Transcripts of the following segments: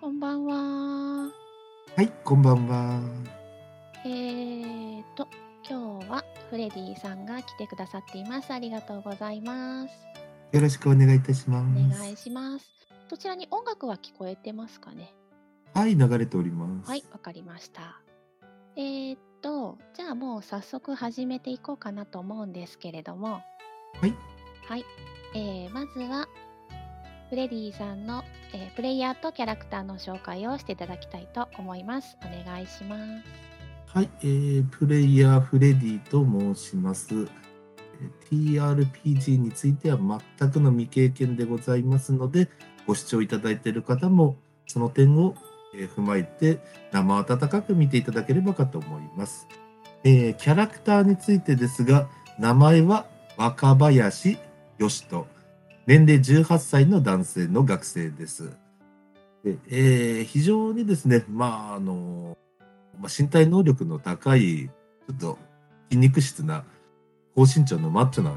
こんばんは。はい、こんばんは。えーと、今日はフレディさんが来てくださっています。ありがとうございます。よろしくお願いいたしまおす。願いします。そちらに音楽は聞こえてますかね。はい、流れております。はい、わかりました。えーと、じゃあもう早速始めていこうかなと思うんですけれども。はい。はい。えーまずは、フレディさんの、えープレイヤーとキャラクターの紹介をしていただきたいと思います。お願いします。はい、えープレイヤーフレディと申します。えー TRPG については全くの未経験でございますので、ご視聴いただいている方も、その点を、えー踏まえて、生温かく見ていただければかと思います。えーキャラクターについてですが、名前は若林義人。年齢18歳の男性の学生です。でえー非常にですね、まあ、あのまあ、身体能力の高い、ちょっと筋肉質な、高身長のマッチョな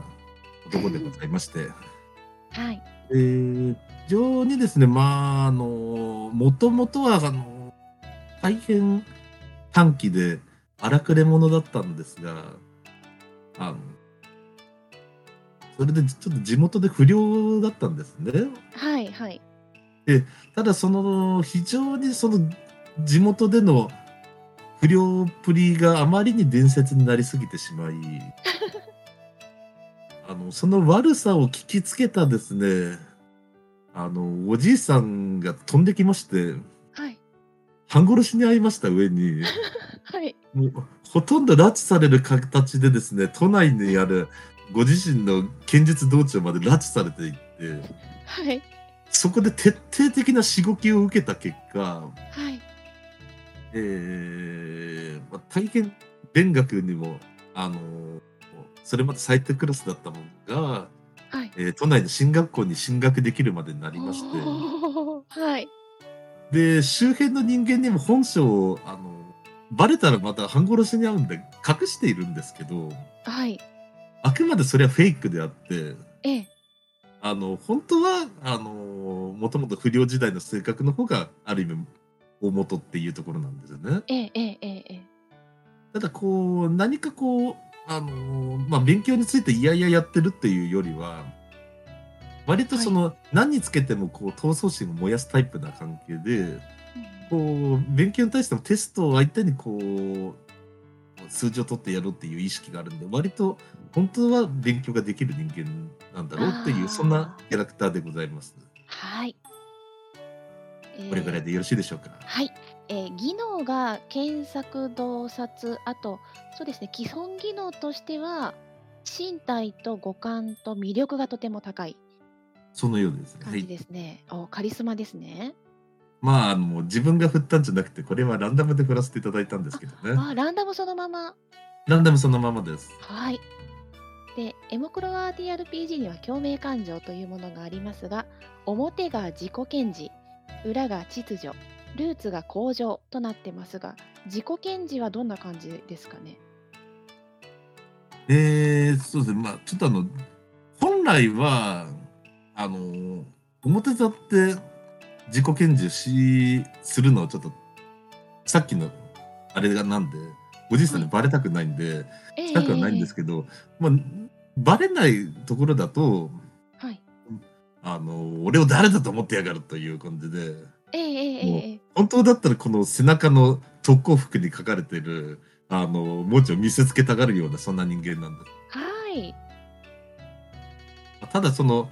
男でございまして、はい。えー非常にですね、まあ、あの、もともとは、あの、大変短期で荒くれ者だったんですが、あの、それでちょっと地元で不良だったんですね。はい、はい。ただその非常にその地元での不良っぷりがあまりに伝説になりすぎてしまいあのその悪さを聞きつけたですねあのおじいさんが飛んできましてはい。半殺しに遭いました上にはい。もうほとんど拉致される形でですね都内にあるご自身の剣術道場まで拉致されていってはい。そこで徹底的なしごきを受けた結果はい。えーまあ、大変勉学にも、あのーそれまで最低クラスだったものが、はい。えー都内の進学校に進学できるまでになりましおー はい。てで周辺の人間にも本性を、あのーバレたらまた半殺しに遭うんで隠しているんですけどはい。あくまでそれはフェイクであってええ。あの本当はあのーもともと不良時代の性格の方がある意味大元っていうところなんですよね。ええ。ええ。ええ。ただこう何かこうあのーまあ勉強についていやいややってるっていうよりは割とその、何につけてもこう闘争心を燃やすタイプな関係でこう勉強に対してもテストを相手にこう数字を取ってやろうっていう意識があるんで割と本当は勉強ができる人間なんだろうっていあーうそんなキャラクターでございます。はい。これぐらいで。でよろしいでしょうか。はい。えー、技能が検索、洞察、あと、そうですね、基本技能としては、身体と五感と魅力がとても高いそのようですね。は感じい。ですね。おカリスマですね。まああの自分が振ったんじゃなくてこれはランダムで振らせていただいたんですけどね。あ、ランダムそのまま。ランダムそのままです。はい。で、エモクロワ TRPG には共鳴感情というものがありますが、表が自己顕示、裏が秩序、ルーツが向上となってますが、自己顕示はどんな感じですかね。えー、そうですね。まあ、ちょっとあの、本来は、あのー、表立って自己顕示をし、するのをちょっと、さっきの、あれがなんで、おじいさんにバレたくないんで、ええしたくはないんですけど、まあ、バレないところだと、はい。あのー、俺を誰だと思ってやがるという感じで、ええええええ本当だったらこの背中の特攻服に書かれてる、あのー、文字を見せつけたがるような、そんな人間なんです。はい。ただその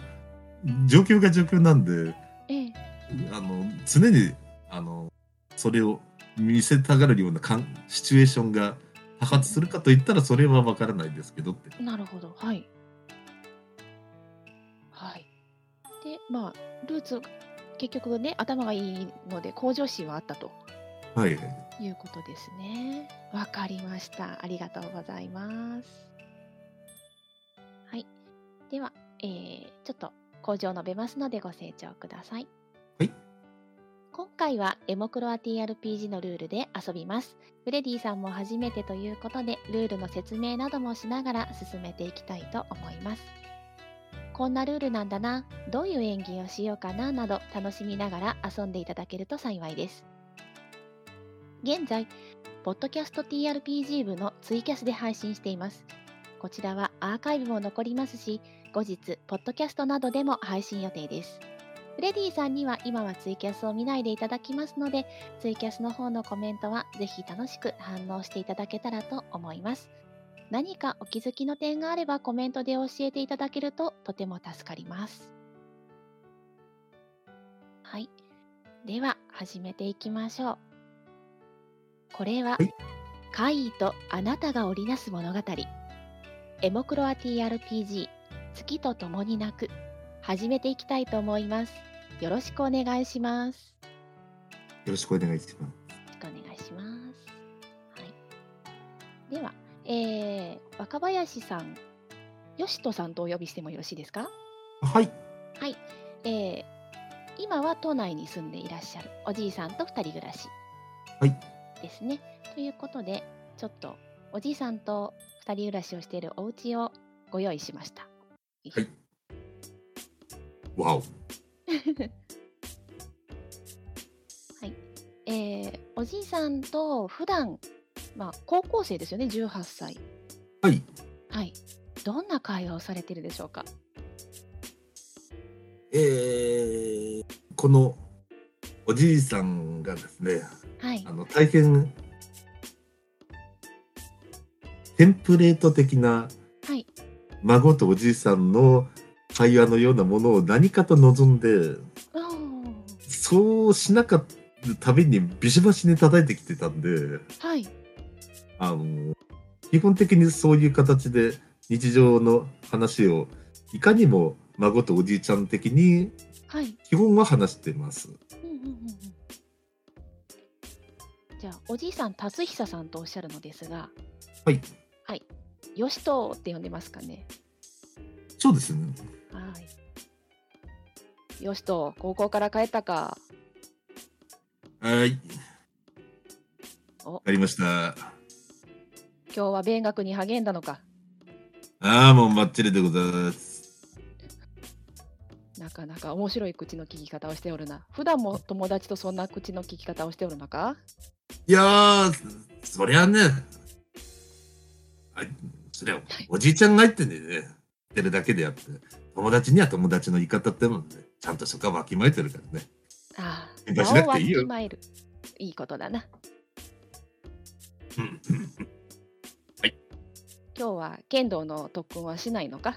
状況が状況なんでええあの常にあのそれを見せたがるようなかんシチュエーションが多発するかといったらそれは分からないですけどってなるほど。はい。はい。で、まあ、ルーツ、結局ね、頭がいいので、向上心はあったと。はいいうことですね。わかりました。ありがとうございます。はい。では、えーちょっと工場述べますのでご清聴ください。はい。今回はエモクロア TRPG のルールで遊びます。フレディさんも初めてということで、ルールの説明などもしながら進めていきたいと思います。こんなルールなんだな、どういう演技をしようかななど楽しみながら遊んでいただけると幸いです。現在、ポッドキャスト TRPG 部のツイキャスで配信しています。こちらはアーカイブも残りますし、後日、ポッドキャストなどでも配信予定です。フレディさんには今はツイキャスを見ないでいただきますので、ツイキャスの方のコメントはぜひ楽しく反応していただけたらと思います。何かお気づきの点があればコメントで教えていただけるととても助かります。はい。では始めていきましょう。これは、はい怪異とあなたが織りなす物語。エモクロア TRPG 月と共に泣く。始めていきたいと思います。よろしくお願いします。よろしくお願いします。よろしくお願いします。はい。では、えー、若林さん、よしとさんとお呼びしてもよろしいですか。はい、えー、今は都内に住んでいらっしゃるおじいさんと二人暮らし。はい。ですね。ということで、ちょっとおじいさんと二人暮らしをしているお家をご用意しました。はいわお。はいえー、おじいさんと普段、まあ、高校生ですよね18歳はい、はいどんな会話をされてるでしょうかえー、このおじいさんがですね、はいあの大変テンプレート的なはい孫とおじいさんの会話のようなものを何かと望んで、おーそうしなかったたびにビシバシに叩いてきてたんで、はいあの基本的にそういう形で日常の話をいかにも孫とおじいちゃん的にはい基本は話してます。うんうんうんうんじゃあおじいさん達久さんとおっしゃるのですがはい、よしとって呼んでますかねそうですね。はいよしと高校から帰ったかはい。おわかりました。今日は勉学に励んだのかああ、もうバッチリでございます。なかなか面白い口の利き方をしておるな。普段も友達とそんな口の利き方をしておるのかいやー、そりゃね、あそりゃおじいちゃんが言ってんでね、言ってるだけであって、友達には友達の言い方ってもんね、ちゃんとそこはわきまえてるからね。ああ、心配しなをくていいよきまえる。いいことだな。うん今日は剣道の特訓はしないのか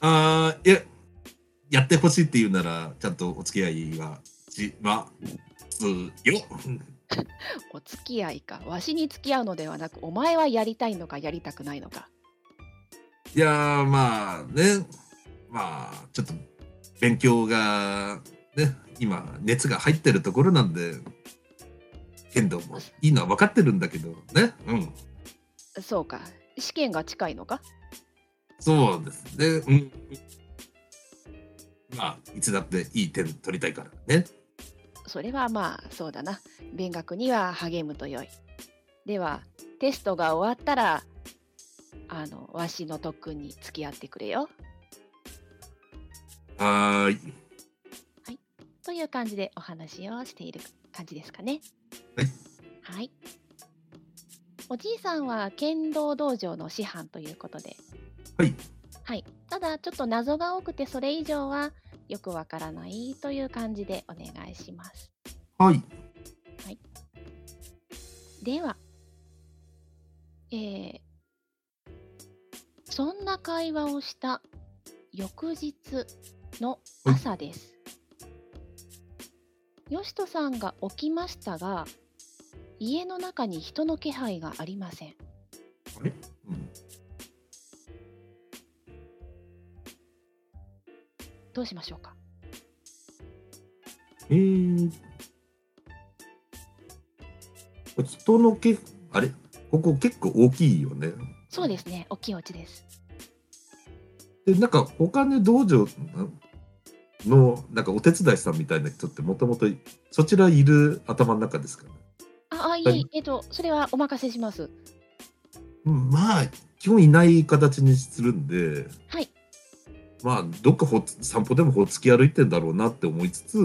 あーいや、やってほしいって言うなら、ちゃんとお付き合いはしますよ。お付き合いか。わしに付き合うのではなく、お前はやりたいのかやりたくないのか。いやー、まあね、まあ、ちょっと勉強がね、今、熱が入ってるところなんで、剣道もいいのは分かってるんだけどね、うん、そうか。試験が近いのかそうですね、うん。まあ、いつだっていい点取りたいからね。それはまあ、そうだな。勉学には励むとよい。では、テストが終わったら、あの、わしの特訓に付き合ってくれよ。はーい。という感じでお話をしている感じですかね。はい。はい。おじいさんは剣道道場の師範ということで。はい。はい。ただ、ちょっと謎が多くて、それ以上はよくわからないという感じでお願いします。はい。では、えー、そんな会話をした翌日の朝です。よしとさんが起きましたが、家の中に人の気配がありません。うんどうしましょうかえー、人のけあれここ結構大きいよね。そうですね、大きいお家です。でなんか他の道場のなんかお手伝いさんみたいな人ってもともとそちらいる頭の中ですかね。あ、あいはえい、えっと、それはお任せします。うんまあ基本いない形にするんではい。まあどっかほ散歩でもほっつき歩いてんだろうなって思いつつ、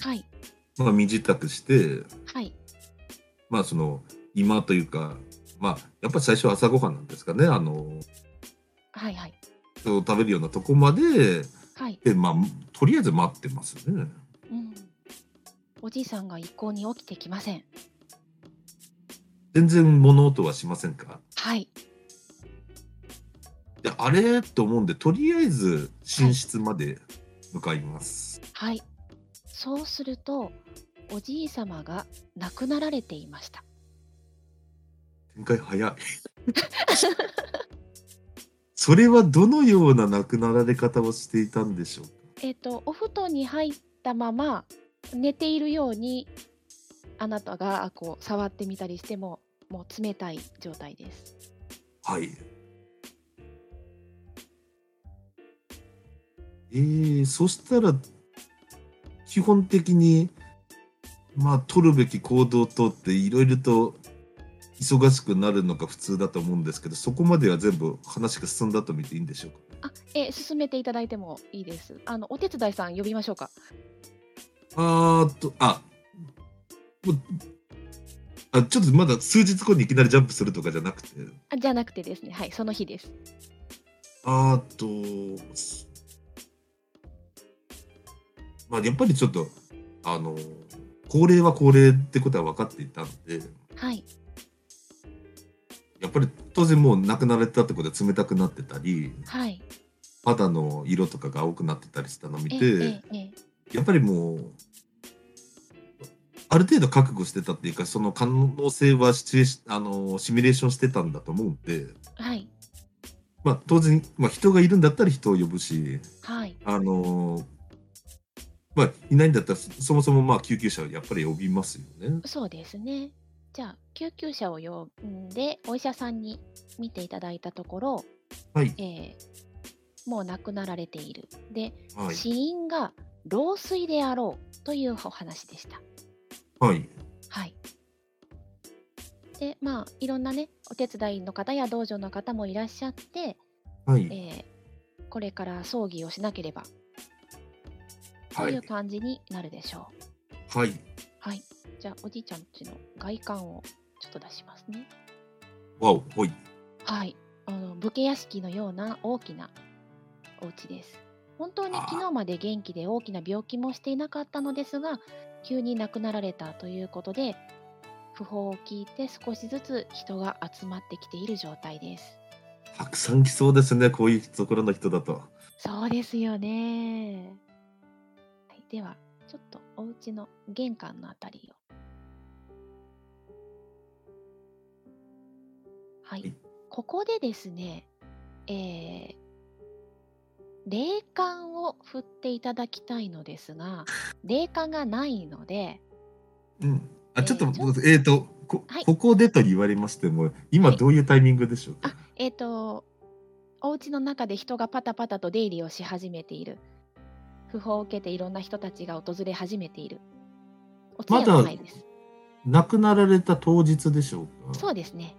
はいまあ、身支度してはいまあその今というかまあやっぱ最初は朝ごはんなんですかねあのはいはいそう食べるようなとこまではい、でまあとりあえず待ってますね。うん、おじいさんが一向に起きてきません全然物音はしませんかはいであれと思うんでとりあえず寝室まで向かいます。はいそうするとおじい様が亡くなられていました展開早い。それはどのような亡くなられ方をしていたんでしょうかえっ、とお布団に入ったまま寝ているようにあなたがこう触ってみたりしてももう冷たい状態ですはい。えー、そしたら、基本的に、まあ、取るべき行動をとって、いろいろと忙しくなるのが普通だと思うんですけど、そこまでは全部話が進んだと見ていいんでしょうか。あえ進めていただいてもいいですあのお手伝いさん呼びましょうかあーっと、あ、もうあちょっとまだ数日後にいきなりジャンプするとかじゃなくて、あじゃなくてですねはいその日ですあーと、すまあ、やっぱりちょっと、あの、高齢は高齢ってことは分かっていたので、はいやっぱり当然もう亡くなられたってことは冷たくなってたり、はい肌の色とかが青くなってたりしたのを見えて、えええやっぱりもう、ある程度覚悟してたっていうか、その可能性はシチュエーシあのシミュレーションしてたんだと思うんで、はいまあ、当然、まあ、人がいるんだったら人を呼ぶし、はいあのーまあ、いないんだったらそそもそもまあ救急車をやっぱり呼びますよね。そうですねじゃあ救急車を呼んでお医者さんに見ていただいたところ、はい、ええもう亡くなられているではい、死因が老衰であろうというお話でした。はい、はい。で、まあ、いろんなね、お手伝いの方や道場の方もいらっしゃって、はえい、ーこれから葬儀をしなければとはいうい、感じになるでしょう。はい。はい。じゃあ、おじいちゃんちの外観をちょっと出しますね。わお、ほい。はい。あの武家屋敷のような大きなお家です。本当に昨日まで元気で大きな病気もしていなかったのですが、急に亡くなられたということで、訃報を聞いて少しずつ人が集まってきている状態です。たくさん来そうですね、こういうところの人だと。そうですよね。はい、では、ちょっとお家の玄関のあたりを。ははいい、ここでですね、えー、霊感を振っていただきたいのですが、霊感がないので、うん。あ、ちょっと、えーちょえっ、と、こ、はいここでと言われましても、今はいどういうタイミングでしょうか。あえっ、と、お家の中で人がパタパタと出入りをし始めている。訃報を受けていろんな人たちが訪れ始めている。お通夜まだの前です。亡くなられた当日でしょうか。そうですね。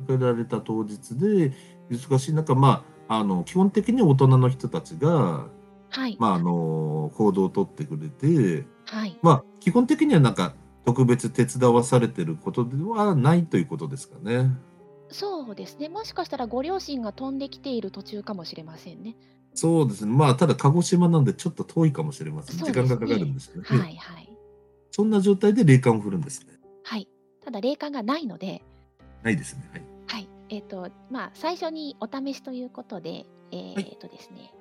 亡くなられた当日で、忙しい中、まあ、あの、基本的に大人の人たちが、はい。まあ、あの、行動をとってくれて、はい。まあ、基本的にはなんか特別手伝わされてることではないということですかね。そうですね。もしかしたらご両親が飛んできている途中かもしれませんね。そうですね。まあ、ただ鹿児島なんでちょっと遠いかもしれません。そう時ですね間がかかるんですよね。はいはい。そんな状態で霊感を振るんですね。はい。ただ霊感がないので、ないですね。はい。はい。えっ、と、まあ、最初にお試しということで、えーはいっとですね、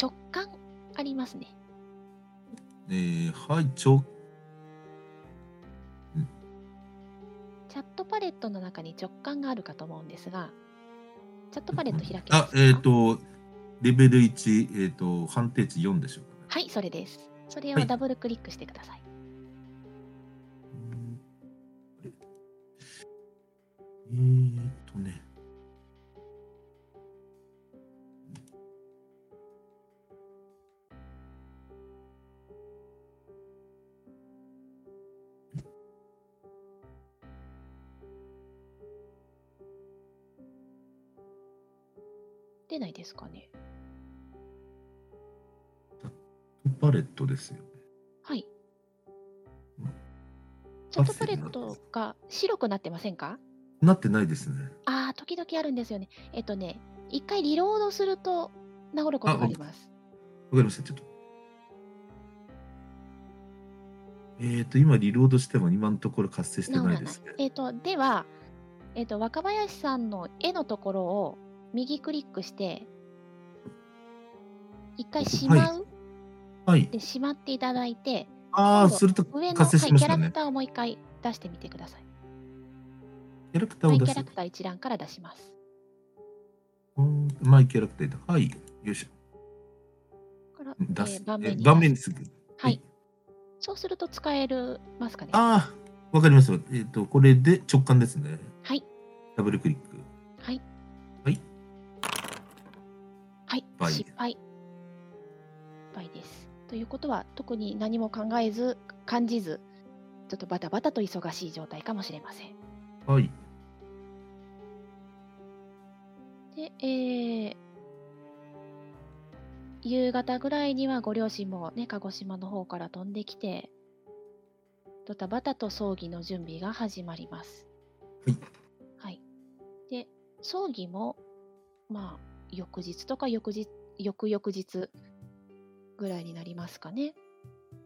直感ありますね。えー、はい、ちょ、チャットパレットの中に直感があるかと思うんですが、チャットパレット開けますかあ、えっ、と、レベル1、えっ、と、判定値4でしょうか、ね。はい、それです。それはをいダブルクリックしてください。えーっとね。出ないですかね。パレットですよね。はいうん。チャットパレットが白くなってませんかなってないですね。ああ、時々あるんですよね。えっとね、一回リロードすると治ることがあります。わかりました、ちょっと。えっ、と、今リロードしても今のところ活性し治てらなないいですね。えっと、では、えっと、若林さんの絵のところを右クリックして、一回しまう、はい。でしまっていただいて、ああ、今度すると上の、はい、活キ性しましャたラねク。ターをもう一回出してみてください。キャラクターマをイ出キャすラ。クター一覧から出します。うんマイキャラクターだ。はい。よいしょ。から出えすー。盤え面に盤面にすぐ。はい。そうすると使えるますかね。ああ、わかりました。えっ、と、これで直感ですね。はい。ダブルクリック。はい。はい。はい倍失敗。倍です。ということは、特に何も考えず、感じず、ちょっとバタバタと忙しい状態かもしれません。はい。で、えー夕方ぐらいにはご両親もね、鹿児島の方から飛んできて、ドタバタと葬儀の準備が始まります。はい。はい。で、葬儀も、まあ、翌日とか翌日、翌々日ぐらいになりますかね。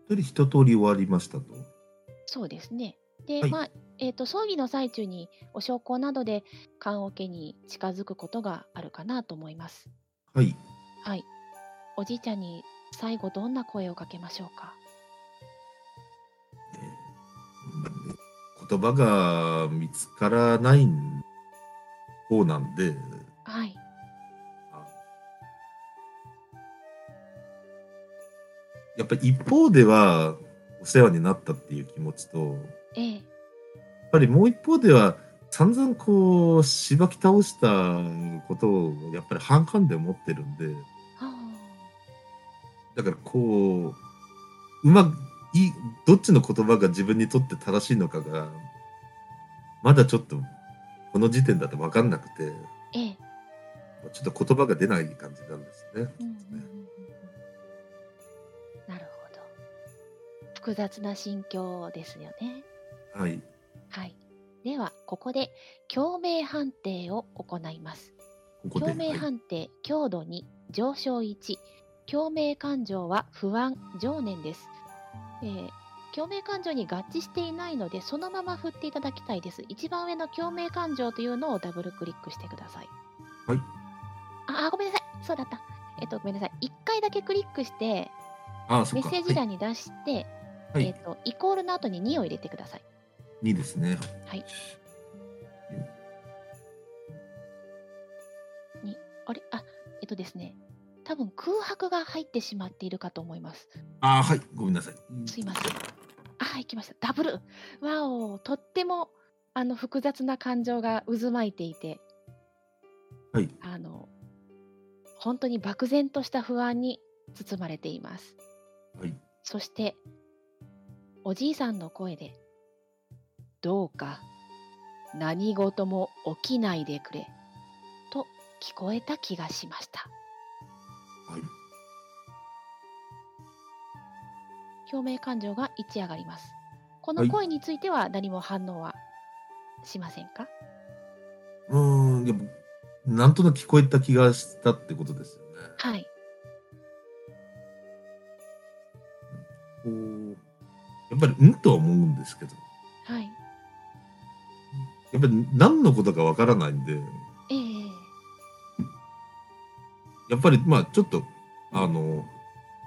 とりあえず一通り終わりましたと。そうですね。で、はいまあ、えっ、と、葬儀の最中にお焼香などで棺桶に近づくことがあるかなと思います。はい。はい。おじいちゃんに最後どんな声をかけましょうか。言葉が見つからない方なんで、はい。やっぱり一方ではお世話になったっていう気持ちと、やええ。っぱりもう一方では散々こう、しばき倒したことをやっぱり反感で思ってるんで、あだからこう、うまくいい、どっちの言葉が自分にとって正しいのかが、まだちょっと、この時点だと分かんなくて、ーええ。ちょっと言葉が出ない感じなんですね。うんうんうんうんうんなるほど。複雑な心境ですよね。はい。はい。では、ここで共鳴判定を行います。ここで。共鳴はい判定、強度2、上昇1。共鳴感情は不安、情念です。えー共鳴感情に合致していないので、そのまま振っていただきたいです。一番上の共鳴感情というのをダブルクリックしてください。はい。あ、あごめんなさい。そうだった。えっと、ごめんなさい。1回だけクリックして、ああ、そメっか。ッセージ欄に出して、はい。えはっと、イコールの後に2を入れてください。い、2ですね。はい。あれあ、えっとですね。多分空白が入ってしまっているかと思います。ああ、はい。ごめんなさい。すいません。あ、行きました。ダブル。わお、とってもあの複雑な感情が渦巻いていて、はいあの本当に漠然とした不安に包まれています。はい。そしておじいさんの声で、どうか何事も起きないでくれと聞こえた気がしました。はい。表明感情が一致上がります。こはのい声については何も反応はしませんか、うーん、でも、なんとなく聞こえた気がしたってことですよね。はい。こう、やっぱり、うんとは思うんですけど、はい。やっぱり何のことかわからないんで、ええやっぱりまあちょっとあの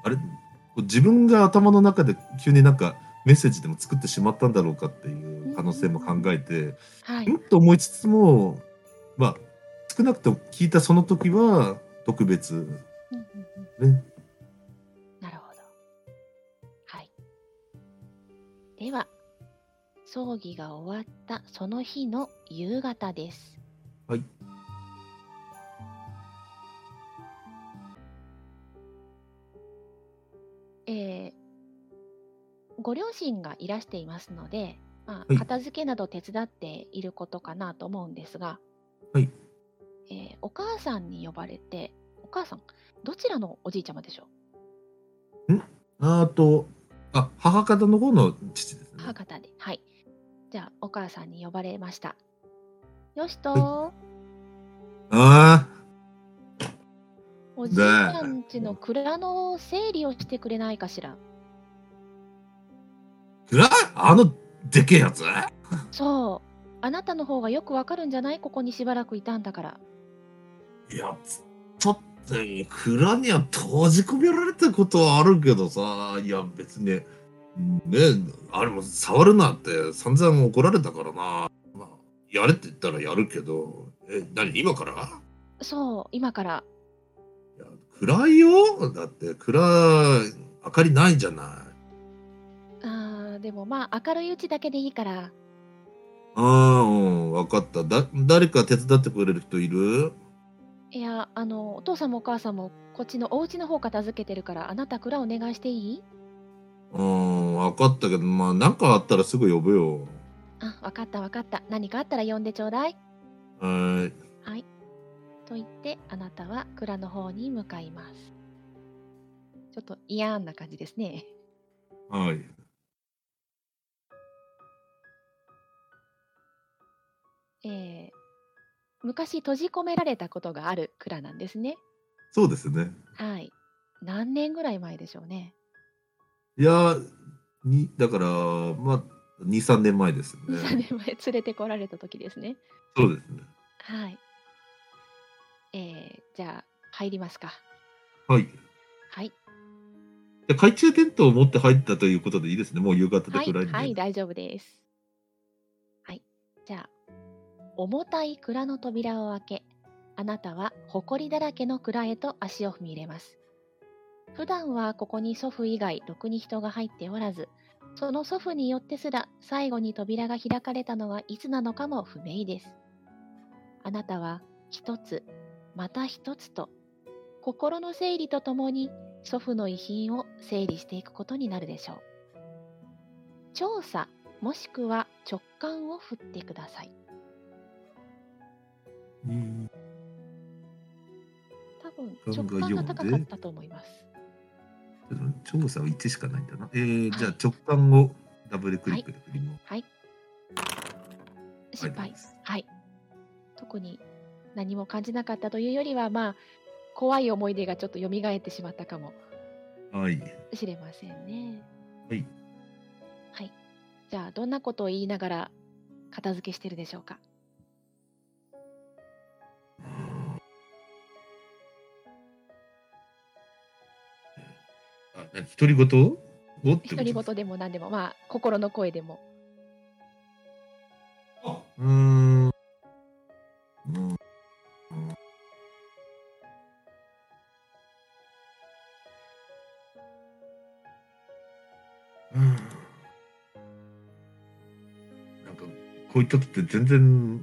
あれこう自分が頭の中で急になんかメッセージでも作ってしまったんだろうかっていう可能性も考えてはい。うんと思いつつもまあ少なくとも聞いたその時は特別うんうんうんねなるほど。はい。では、葬儀が終わったその日の夕方です。はい。えーご両親がいらしていますので、まはあ、い片付けなど手伝っていることかなと思うんですが、はいえーお母さんに呼ばれて、お母さん、どちらのおじいちゃまでしょうああと、あ、母方の方の父ですね母。方ではいじゃあお母さんに呼ばれましたよしとはあおじいちゃんちの蔵の整理をしてくれないかしらあ、くらあの、でけえやつそうあなたの方がよくわかるんじゃないここにしばらくいたんだからいや、ちょっと、蔵には閉じ込められたことはあるけどさ、いや、別に、ね、あれも触るなって散々怒られたからな。まあ、やれって言ったらやるけど、え、何、今からいそう今からや、暗いよだって、暗い、明かりないじゃない。あーでもまあ明るいうちだけでいいからああ、うん、分かった。だ、誰か手伝ってくれる人いるいやあのお父さんもお母さんもこっちのお家の方片付けてるからあなた蔵お願いしていいうん、分かったけど、まあ、なんかあったらすぐ呼ぶよ。あわかったわかった何かあったら呼んでちょうだいはい。はいと言ってあなたは蔵の方に向かいますちょっと嫌な感じですねはい。えー昔閉じ込められたことがある蔵なんですねそうですね。はい何年ぐらい前でしょうねいや、に、だから、まあ、2、3年前ですね。 23年前連れてこられた時ですねそうですね。はいえーじゃあ入りますかはい。はいで懐中電灯を持って入ったということでいいですね。もう夕方ではい、暗いんで。はい、大丈夫です。はい、じゃあ、重たい蔵の扉を開け、あなたは埃だらけの蔵へと足を踏み入れます。普段はここに祖父以外、ろくに人が入っておらず、その祖父によってすら最後に扉が開かれたのはいつなのかも不明です。あなたは一つ、また一つと、心の整理とともに祖父の遺品を整理していくことになるでしょう。調査もしくは直感を振ってくださいうん多直分感直感がが高4でかったと思います調査は1しかないんだな。えー、じゃあ直感をダブルクリックで振ります。はい失敗はい、特に何も感じなかったというよりはまあ怖い思い出がちょっと蘇ってしまったかもはい。しれませんねはい、はい、じゃあどんなことを言いながら片付けしてるでしょうかあ、何独り言をって独り言でも何でもまあ心の声でもうーん。うん。うんなんか、こういった時って全然、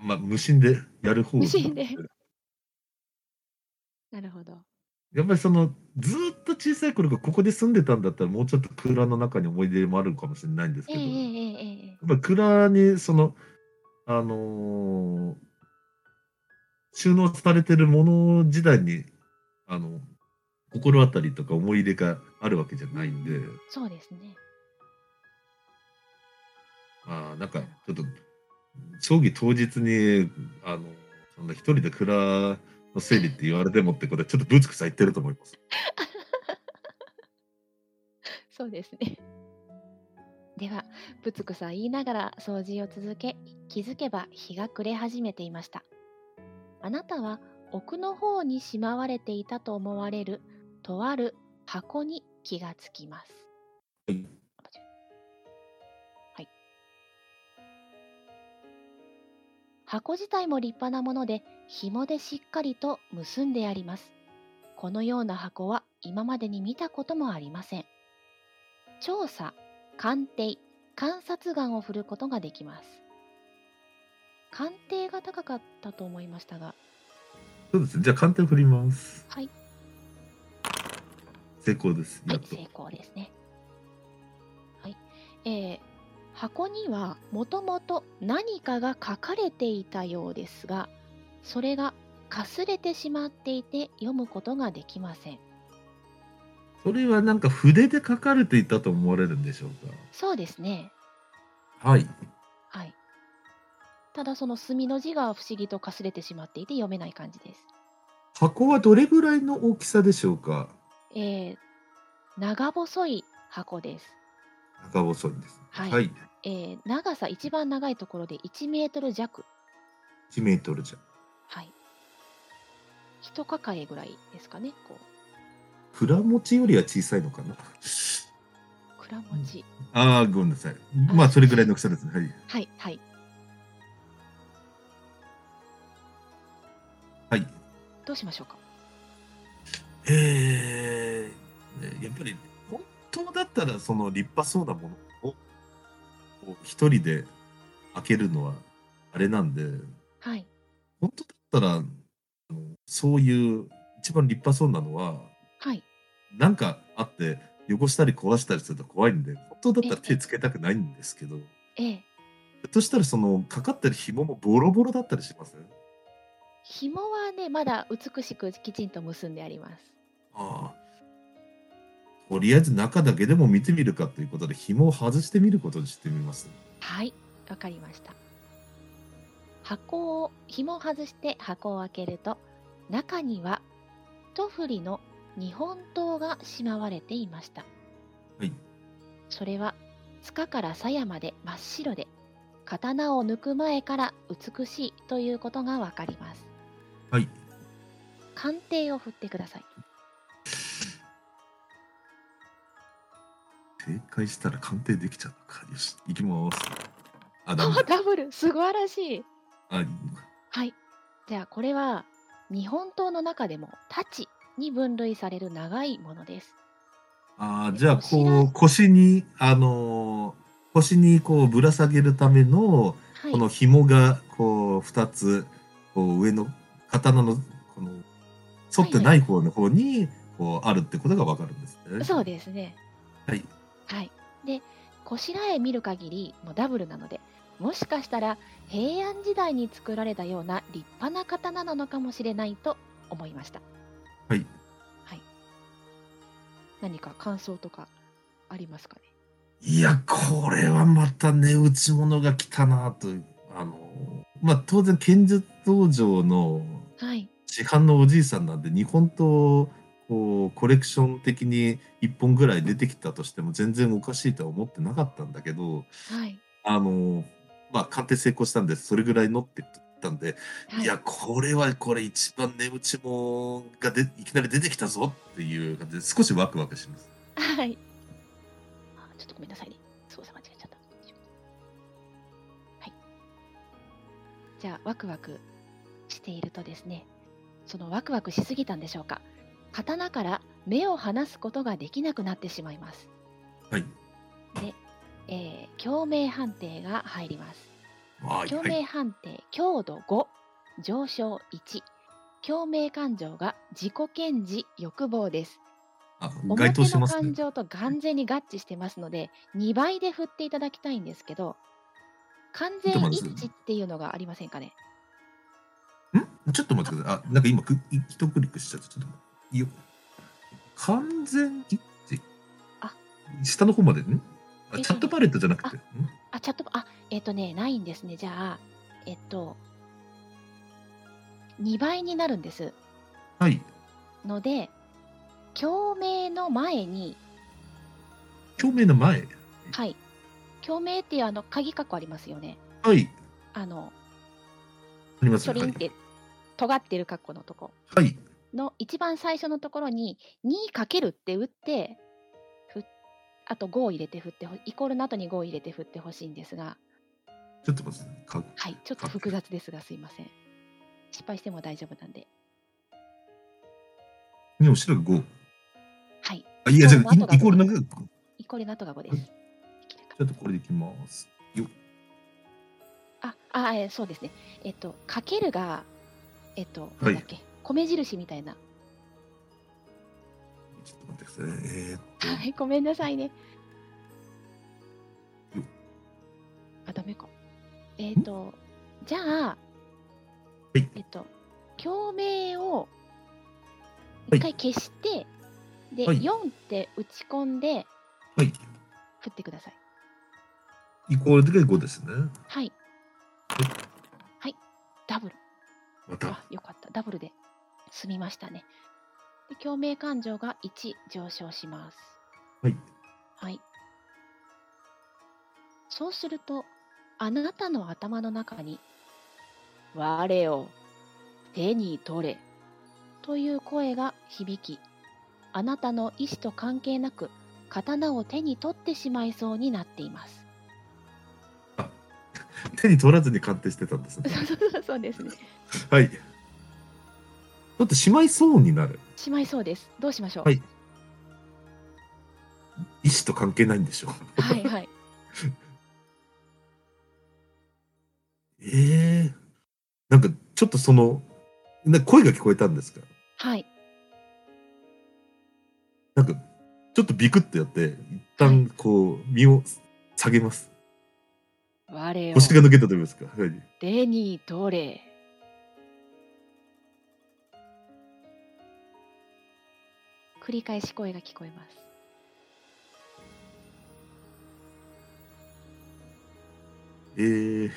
まあ、無心でやる方無心でなるほどやっぱりその、ずーっと小さい頃がここで住んでたんだったら、もうちょっと空の中に思い出もあるかもしれないんですえけえど。えええええまあ、蔵にその、あのー収納されてるもの自体に、あの、心当たりとか思い入れがあるわけじゃないんで、えそうですねまあ、なんか、ちょっと、葬儀当日に、あの、そんな一人で蔵の整理って言われてもってことは、ちょっとぶつくさ言ってると思います。そうですね。 では、ぶつくさ言いながら掃除を続け、気づけば日が暮れ始めていました。あなたは奥の方にしまわれていたと思われる、とある箱に気がつきます。はいはい箱自体も立派なもので、紐でしっかりと結んであります。このような箱は今までに見たこともありません。調査、鑑定、観察眼を振ることができます。鑑定が高かったと思いましたが、そうですね。じゃあ、鑑定振ります。はい、成功です。はやっい、と。成功ですね。はい、えー箱にはもともと何かが書かれていたようですが、それがかすれてしまっていて読むことができません。これはなんか筆で書かれていたと思われるんでしょうそうですね。か。はい。はい。ただその墨の字が不思議とかすれてしまっていて読めない感じです。箱はどれぐらいの大きさでしょうか。えー長細い箱です。長細いんです。はいはい。えー長さ一番長いところで1メートル弱。 1メートルじゃ。はい。一抱えぐらいですかね。こう、蔵持ちよりは小さいのかな。倉持ち。 ああ、ごめんなさい。まあ、それぐらいの大きさですね。はい。はい、はい。はい。どうしましょうか。えー、やっぱり本当だったらその立派そうなものをこう一人で開けるのはあれなんではい。本当だったらあのそういう一番立派そうなのははい。なんかあって汚したり壊したりすると怖いんで本当だったら手つけたくないんですけどえひー、ょっとしたらそのかかってる紐もボロボロだったりします紐はね、まだ美しくきちんと結んであります。ああとりあえず中だけでも見てみるかということで紐を外してみることにしてみます。はい、わかりました。箱を、紐を外して箱を開けると、中には、トフリの日本刀がしまわれていました。はい。それは、塚から鞘まで真っ白で、刀を抜く前から美しいということがわかります。はい。鑑定を振ってください。正解したら鑑定できちゃったか。よし、行きます。あ、ダメあだ。 ダブル素晴らしいあ、はい。じゃあ、これは、日本刀の中でも、太刀に分類される長いものです。あーじゃあ、腰らこう、腰に、あのー腰にこうぶら下げるための、はい。この紐が、こう、二つ、こう、上の刀の、この、沿ってない方の方に、こう、あるってことがわかるんですね。そうですね。はい。はい。で、こしらえ見る限り、もうダブルなので、もしかしたら平安時代に作られたような立派な刀なのかもしれないと思いました。はい。はい。何か感想とかありますかね。いや、これはまた値打ち物が来たなという、あのーまあ、当然、剣術道場の、はい。市販のおじいさんなんで日本刀をこうコレクション的に1本ぐらい出てきたとしても全然おかしいとは思ってなかったんだけどはい。あのまあ鑑定成功したんでそれぐらいのって言ったんで、、はいやこれはこれ一番値打ちもがでいきなり出てきたぞっていう感じで少しワクワクします。はい。あちょっとごめんなさいね。操作間違えちゃった。はい。じゃあ、ワクワクしているとですね、そのワクワクしすぎたんでしょうか。刀から目を離すことができなくなってしまいます。はい、えー、共鳴判定が入ります。はい共はい鳴判定、強度5、上昇1。共鳴感情が自己顕示欲望です。あ該表当してのます感ね。情と完全に合致してますので、2倍で振っていただきたいんですけど、完全ちょっと一待って致っていうのがありませんかね。んちょっと待ってください。あなんか今くい一クリックしちゃった。ちょっと待ってよ完全一致。あ下の方までね。あえっとねチャットパレットじゃなくて。んあ、チャット、あ、えっ、とね、ないんですね。じゃあ、えっと、2倍になるんです。はい。ので、共鳴の前に、共鳴の前。はい、共鳴っていうあの、鍵括弧ありますよね。はい。あの、ありまちすょりね。はんいって、尖ってる括弧のとこ。はい。の一番最初のところに2かけるって打ってふあと5を入れて振ってほイコールの後に5を入れて振ってほしいんですがちょっと待ってね。かはいちょっと複雑ですがすいません失敗しても大丈夫なんでね、後ろが5。はいあ、いや、じゃそうあ、後がイイコールなく、ちイコールの後が5ですできるかょっとこれでいきます。ああえーそうですねえっとかけるがえっとはないんだっけ、米印みたいなちょっと待ってくださいね。えーっと、はいごめんなさいねうんあダメかえっ、ー、とじゃあいえっと共鳴をはい一回消して、で、はい4って打ち込んではい。振ってください。イコールで5ですね。はい。はい。ダブル。また。あ、よかった。ダブルで済みましたね。で、共鳴感情が1上昇します。はい。はい。そうすると、あなたの頭の中に、我よ、手に取れ、という声が響き、あなたの意志と関係なく、刀を手に取ってしまいそうになっています。手に取らずに鑑定してたんです ね。そうそうそうそうですね。はい。だってしまいそうになる。しまいそうです。どうしましょう。はい意思と関係ないんでしょう。はいはい。ええなんかちょっとその、な声が聞こえたんですかはい。なんかちょっとビクッとやって、一旦こう、身を下げます。我よ腰が抜けたと言いますか。はい。手に取れ。繰り返し声が聞こえ ます。ええ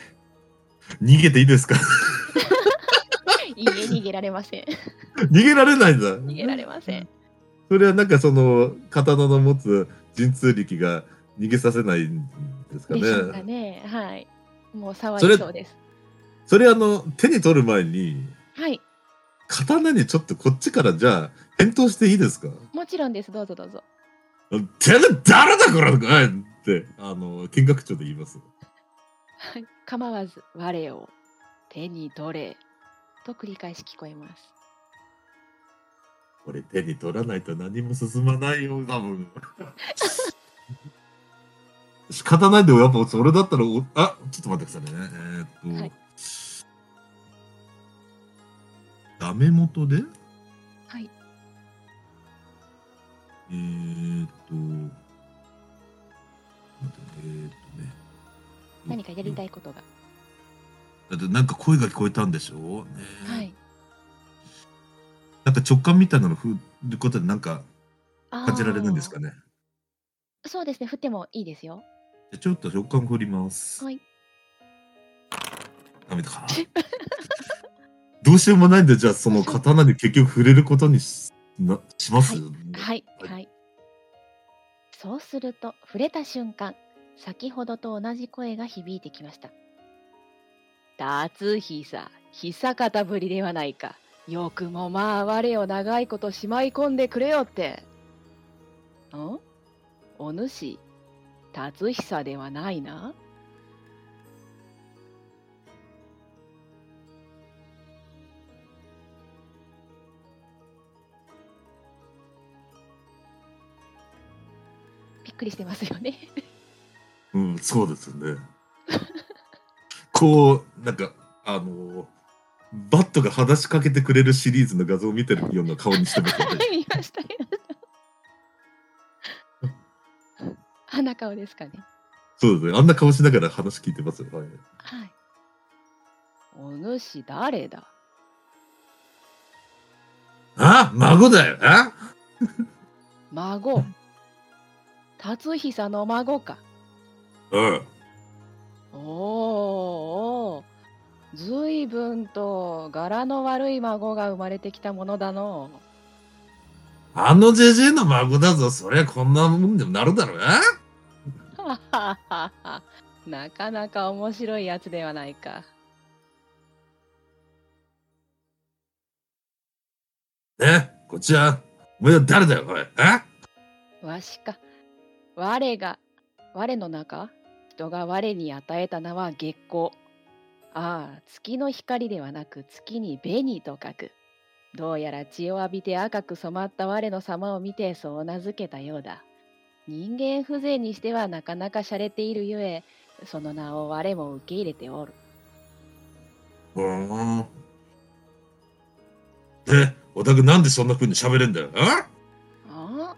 逃げていいですか いいえ、逃げられません。逃げられないんだ。逃げられません。それはなんかその、刀の持つ神通力が逃げさせないんですかでね。しょうかね。はい。もう触りそうです。それあの、手に取る前に、はい。刀にちょっとこっちからじゃあ返答していいですかもちろんです。どうぞどうぞ。 てめえ誰だこれってあの見学長で言いますはい。構わず、我を手に取れ。と繰り返し聞こえます。これ手に取らないと何も進まないよ多分 仕方ないでもやっぱそれだったらおあちょっと待ってくださいねえーっと、はいダメ元ではい。えー、っと待ってえー、っとね何かやりたいことが。だってなんか声が聞こえたんでしょ、ねえはい。なんか直感みたいなのふることでなんか感感じられるんですかね。そうですね。振ってもいいですよ。じゃあちょっと直感振ります。はい。ダメだかな。 どうしようもないんでじゃあその刀に結局触れることにしなします、はい、ははいい、そうすると触れた瞬間先ほどと同じ声が響いてきました「達久久方ぶりではないかよくもまあ我を長いことしまい込んでくれよって」んお主達久ではないなびっくりしてますよね うん、そうですよね。 こうなんかあのーバットが話しかけてくれるシリーズの画像を見てるような顔にしてま すよね。見ました見ました花顔ですかねそうですね。あんな顔しながら話聞いてますよ。はいはい。お主誰だあ孫だよ。あ孫。達久の孫か。うん。おーおー、ずいぶんと柄の悪い孫が生まれてきたものだの。あのジェジェの孫だぞ、そりゃこんなもんでもなるだろうな。はははは。なかなか面白いやつではないか。ね、こっちは、お前は誰だよ、これ。えわしか。我が、我の中、人が我に与えた名は月光。ああ、月の光ではなく月に紅と書く。どうやら血を浴びて赤く染まった我の様を見てそう名付けたようだ。人間風情にしてはなかなか洒落ているゆえ、その名を我も受け入れておる。うーん。で、おたくなんでそんな風に喋れんだよ。えああ、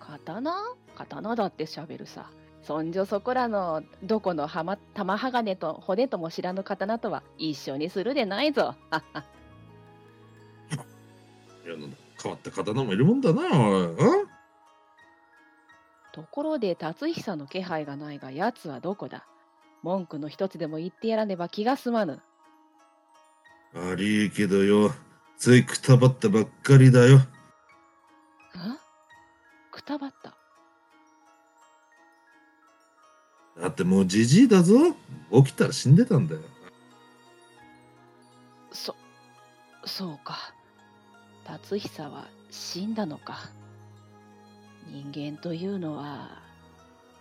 刀刀だってしゃべるさ。そんじょそこらのどこのはま玉鋼と骨とも知らぬ刀とは一緒にするでないぞ。はっはっいやなんだ変わった刀もいるもんだな、おい。うんところで達久の気配がないが奴はどこだ文句の一つでも言ってやらねば気が済まぬ。ありえけどよ、ついくたばったばっかりだよ。あくたばった。だってもうじじいだぞ。起きたら死んでたんだよ。そ、そうか。達久は死んだのか。人間というのは、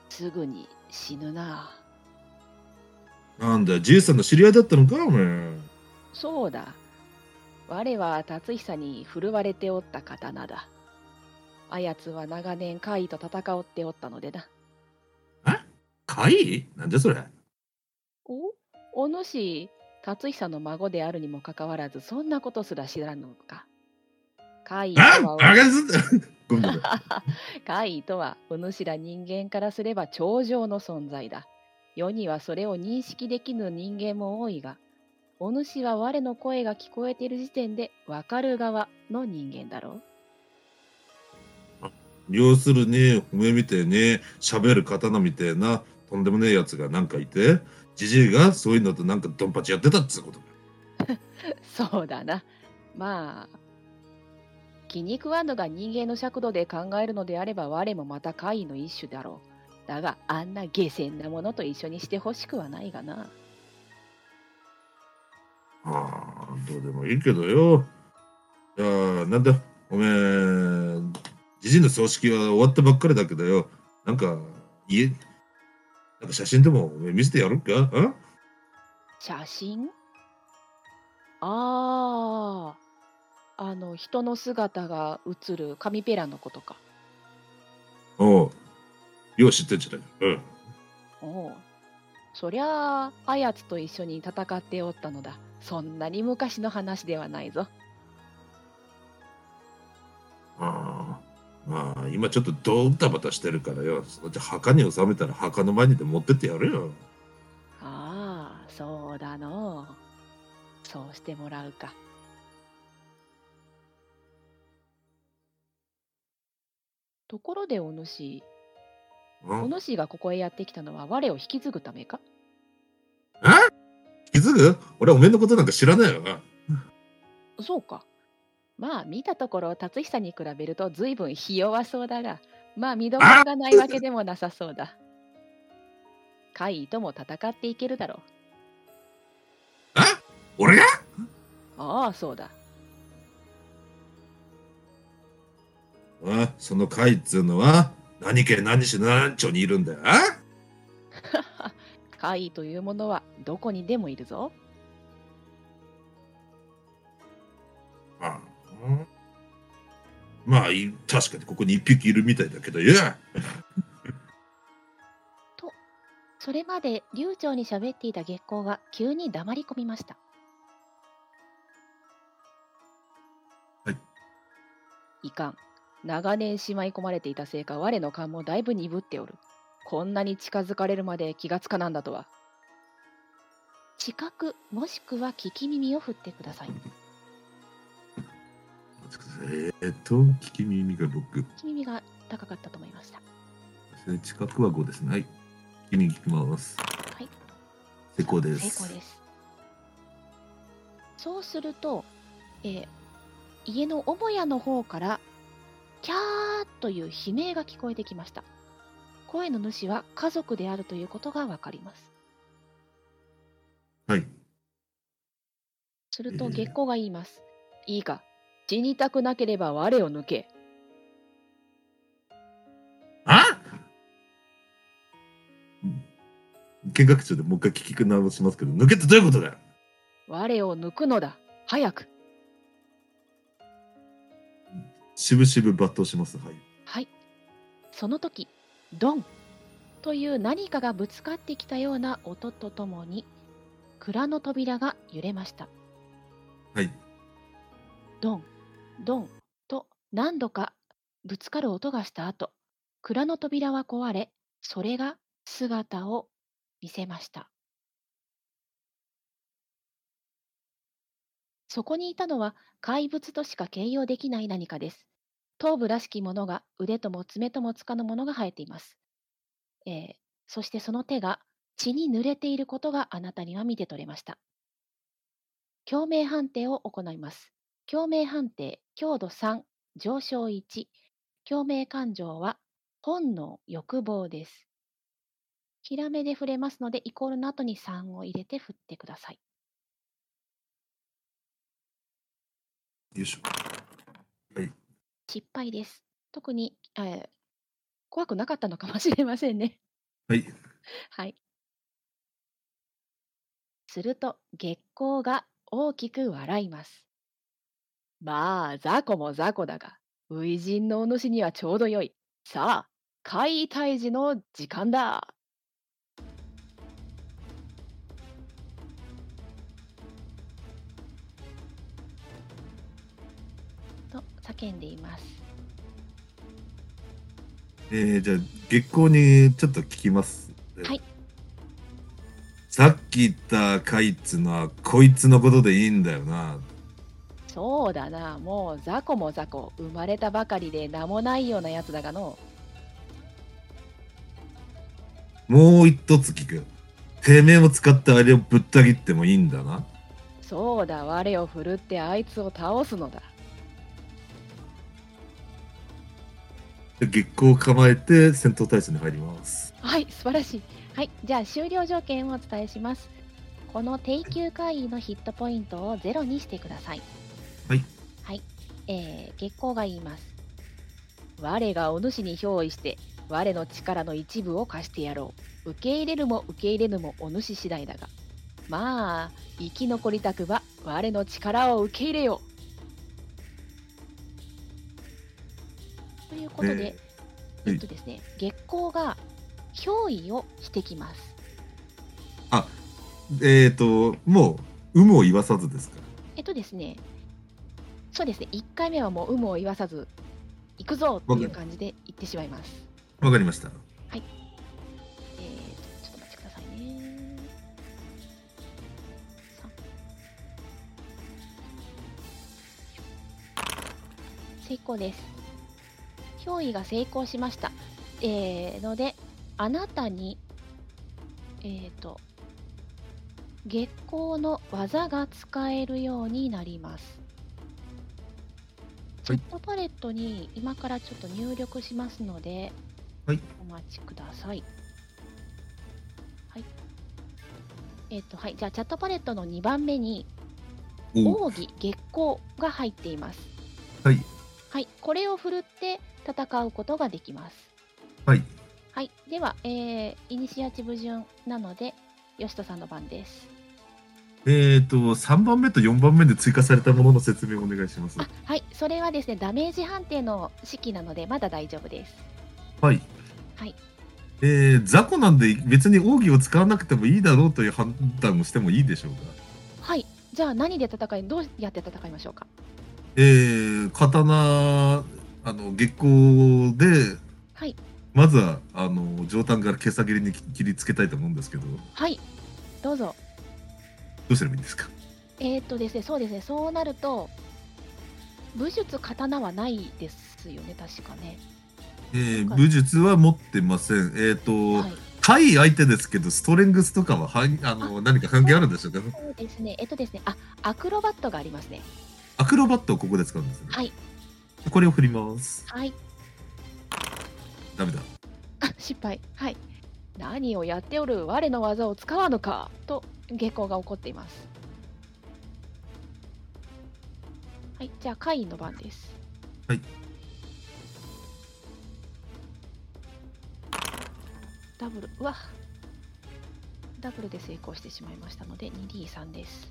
すぐに死ぬな。なんだよ、じいさんの知り合いだったのか、おめえ。そうだ。我は達久に振るわれておった刀だ。あやつは長年怪異と戦おっておったのでな。かいなんじゃそれ。おお主、達久の孫であるにもかかわらず、そんなことすら知らんのか。怪異とあはんあがず ごめんごめん。怪異とは、お主ら人間からすれば超常の存在だ。世にはそれを認識できぬ人間も多いが、お主は我の声が聞こえている時点でわかる側の人間だろう。要するに、おめえみてえに、喋る刀みてえな、とんでもねえやつがなんかいて、じじいがそういうのとなんかドンパチやってたっつうことか。 そうだな。まあ、気に食わぬが人間の尺度で考えるのであれば我もまた怪異の一種だろう。だが、あんな下賤なものと一緒にしてほしくはないがな。ああ、どうでもいいけどよ。いやあ、なんだ、おめえ、じじいの葬式は終わったばっかりだけどよ。なんか、家、なんか写真でもおめえ見せてやるかん写真ああ、あの、人の姿が映る紙ペラのことか。おう。よう知ってんじゃないうん。おう。そりゃあ、あやつと一緒に戦っておったのだ。そんなに昔の話ではないぞ。ああ、まあ、今ちょっとドタバタしてるからよ。そっち墓に収めたら墓の前にでも持ってってやるよ。ああ、そうだのう。そうしてもらうか。ところでお主、うおん、主がここへやってきたのは我を引き継ぐためか気づく俺はおめえのことなんか知らないよな。そうか。まあ見たところ、達久に比べると随分ひ弱そうだが、まあ見どころがないわけでもなさそうだ。怪異とも戦っていけるだろう。俺がああ、そうだ。あその会っつうのは何県何市何町にいるんだよ。あ怪異というものはどこにでもいるぞ。あうんまあ、い確かにここに一匹いるみたいだけど、いや、それまで流暢に喋っていた月光が急に黙り込みました。はい。いかん。長年しまい込まれていたせいか、我の勘もだいぶ鈍っておる。こんなに近づかれるまで気がつかなんだとは。近く、もしくは聞き耳を振ってください。えーっと、聞き耳が6、聞き耳が高かったと思いました。近くは5ですね。はい、聞き耳聞きます。はい。成功で成す。功です。そうすると、えー家の母屋の方から、キャーという悲鳴が聞こえてきました。声の主は家族であるということがわかります。はい。するとえー月光が言います。いいか、死にたくなければ我を抜け。あ見学長でもう一回聞き直しますけど、抜けってどういうことだよ我を抜くのだ。早く。しぶしぶ抜刀します。はい。はい。その時、ドンという何かがぶつかってきたような音とともに、蔵の扉が揺れました。はい。ドン、ドンと何度かぶつかる音がした後、蔵の扉は壊れ、それが姿を見せました。そこにいたのは怪物としか形容できない何かです。頭部らしきものが腕とも爪ともつかぬものが生えています。えーそしてその手が血に濡れていることがあなたには見て取れました。共鳴判定を行います。共鳴判定、強度3、上昇1。共鳴感情は本能、欲望です。ひらめで触れますので、イコールの後に3を入れて振ってください。よいしょ。失敗です。特に、えー怖くなかったのかもしれませんね。はい。はい。すると、月光が大きく笑います。まあ、雑魚も雑魚だが、初陣のお主にはちょうどよい。さあ、解体時の時間だ。と叫んでいます。えー、じゃあ月光にちょっと聞きます。はい。さっき言った回っつうのはこいつのことでいいんだよな。そうだな、もう雑魚も雑魚、生まれたばかりで名もないようなやつだがの。もう一つ聞く。てめえも使ってあれをぶった切ってもいいんだな。そうだ、我を振るってあいつを倒すのだ。で月光を構えて戦闘態勢に入ります。はい、素晴らしい。はい、じゃあ終了条件をお伝えします。この低級会員のヒットポイントをゼロにしてください。はい。はい、えー、月光が言います。我がお主に憑依して、我の力の一部を貸してやろう。受け入れるも受け入れぬもお主次第だが。まあ、生き残りたくば、我の力を受け入れよう。ということで、ええっとですね、月光が憑依をしてきます。ーえーと、もう、有無を言わさずですか。えっとですね、そうですね、1回目はもう有無を言わさず、行くぞっていう感じで行ってしまいます。わかりました。えー、ちょっと待ってくださいね。さあ成功です。憑依が成功しました。えー、ので、あなたに、えっ、と、月光の技が使えるようになります。チはャいットパレットに今からちょっと入力しますので、はいお待ちください。はい。えっ、と、はい。じゃあ、チャットパレットの2番目に、お奥義月光が入っています。はい。はい。これを振るって戦うことができます。はい。はい、では、えーイニシアチブ順なので、吉田さんの番です。えーと、3番目と4番目で追加されたものの説明をお願いします。あ、はい、それはですね、ダメージ判定の式なので、まだ大丈夫です。はい。はい。えー、雑魚なんで別に奥義を使わなくてもいいだろうという判断をしてもいいでしょうか。はい、じゃあ、何で戦い、どうやって戦いましょうか。えー、刀、あの、月光で、はい、まずは、あの、上端から袈裟切りに切りつけたいと思うんですけど、どはい、どうぞ。うすればいいんですかえー、っとですね、そうですね、そうなると、武術、刀はないですよね、確かね。えー、はい武術は持ってません。えーはと、い、対相手ですけど、ストレングスとかは、はんあの、何か関係あるんでしょうかそうですね、えっとですね、あ、アクロバットがありますね。アクロバットをここで使うんですね。はい、これを振ります。はい、ダメだ。あ失敗はい何をやっておる我の技を使わぬかと下校が起こっていますはいじゃあ会員の番ですはいダブルうわダブルで成功してしまいましたので 2D3 です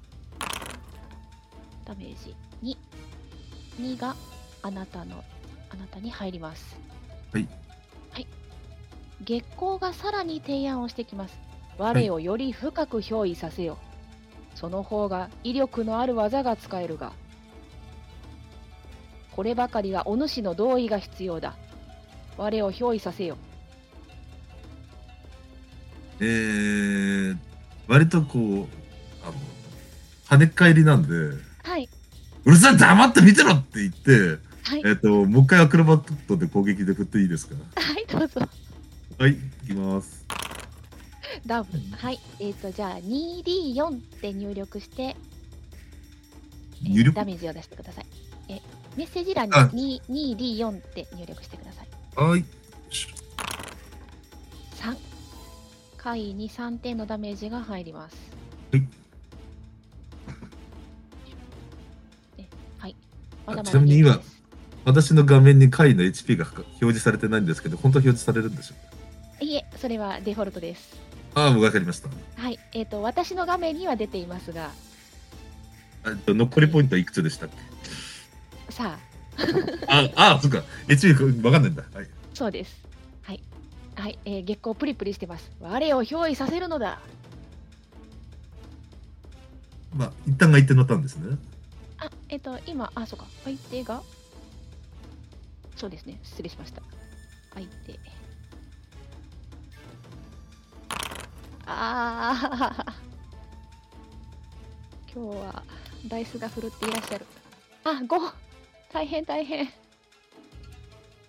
ダメージ22があなたのあなたに入ります月光がさらに提案をしてきます。我をより深く憑依させよ。その方が威力のある技が使えるが。こればかりはお主の同意が必要だ。我を憑依させよ。えー、割とこう、あの、跳ねっ返りなんで、うはい。るさい、黙って見てろって言って、はいえっ、と、もう一回アクロバットで攻撃で振っていいですかはい、どうぞ。はい、いきます。ダブル。はい。えっ、と、じゃあ、2D4 って入力して、えーゆるダメージを出してください。えメッセージ欄あに2 2D4 って入力してください。はい。 3回に3点のダメージが入ります。 はい。ではい。あちなみに今元気です私の画面に回の HP が表示されてないんですけど、本当は表示されるんでしょうかいえ、それはデフォルトです。ああ、もうわかりました。はい。えっ、と、私の画面には出ていますが、えっと、残りポイントはいくつでしたっけさあ、ああ、そっか。HP わかんないんだ。はい。そうです。はい。はい。えー月光プリプリしてます。我を憑依させるのだ。まあ、一旦が一点のターンですね。あ、えっ、と、今、あ、そうか。相手が、そうですね。失礼しました。相手。ああ。 今日は、ダイスが振るっていらっしゃる。あ、5! 大変大変。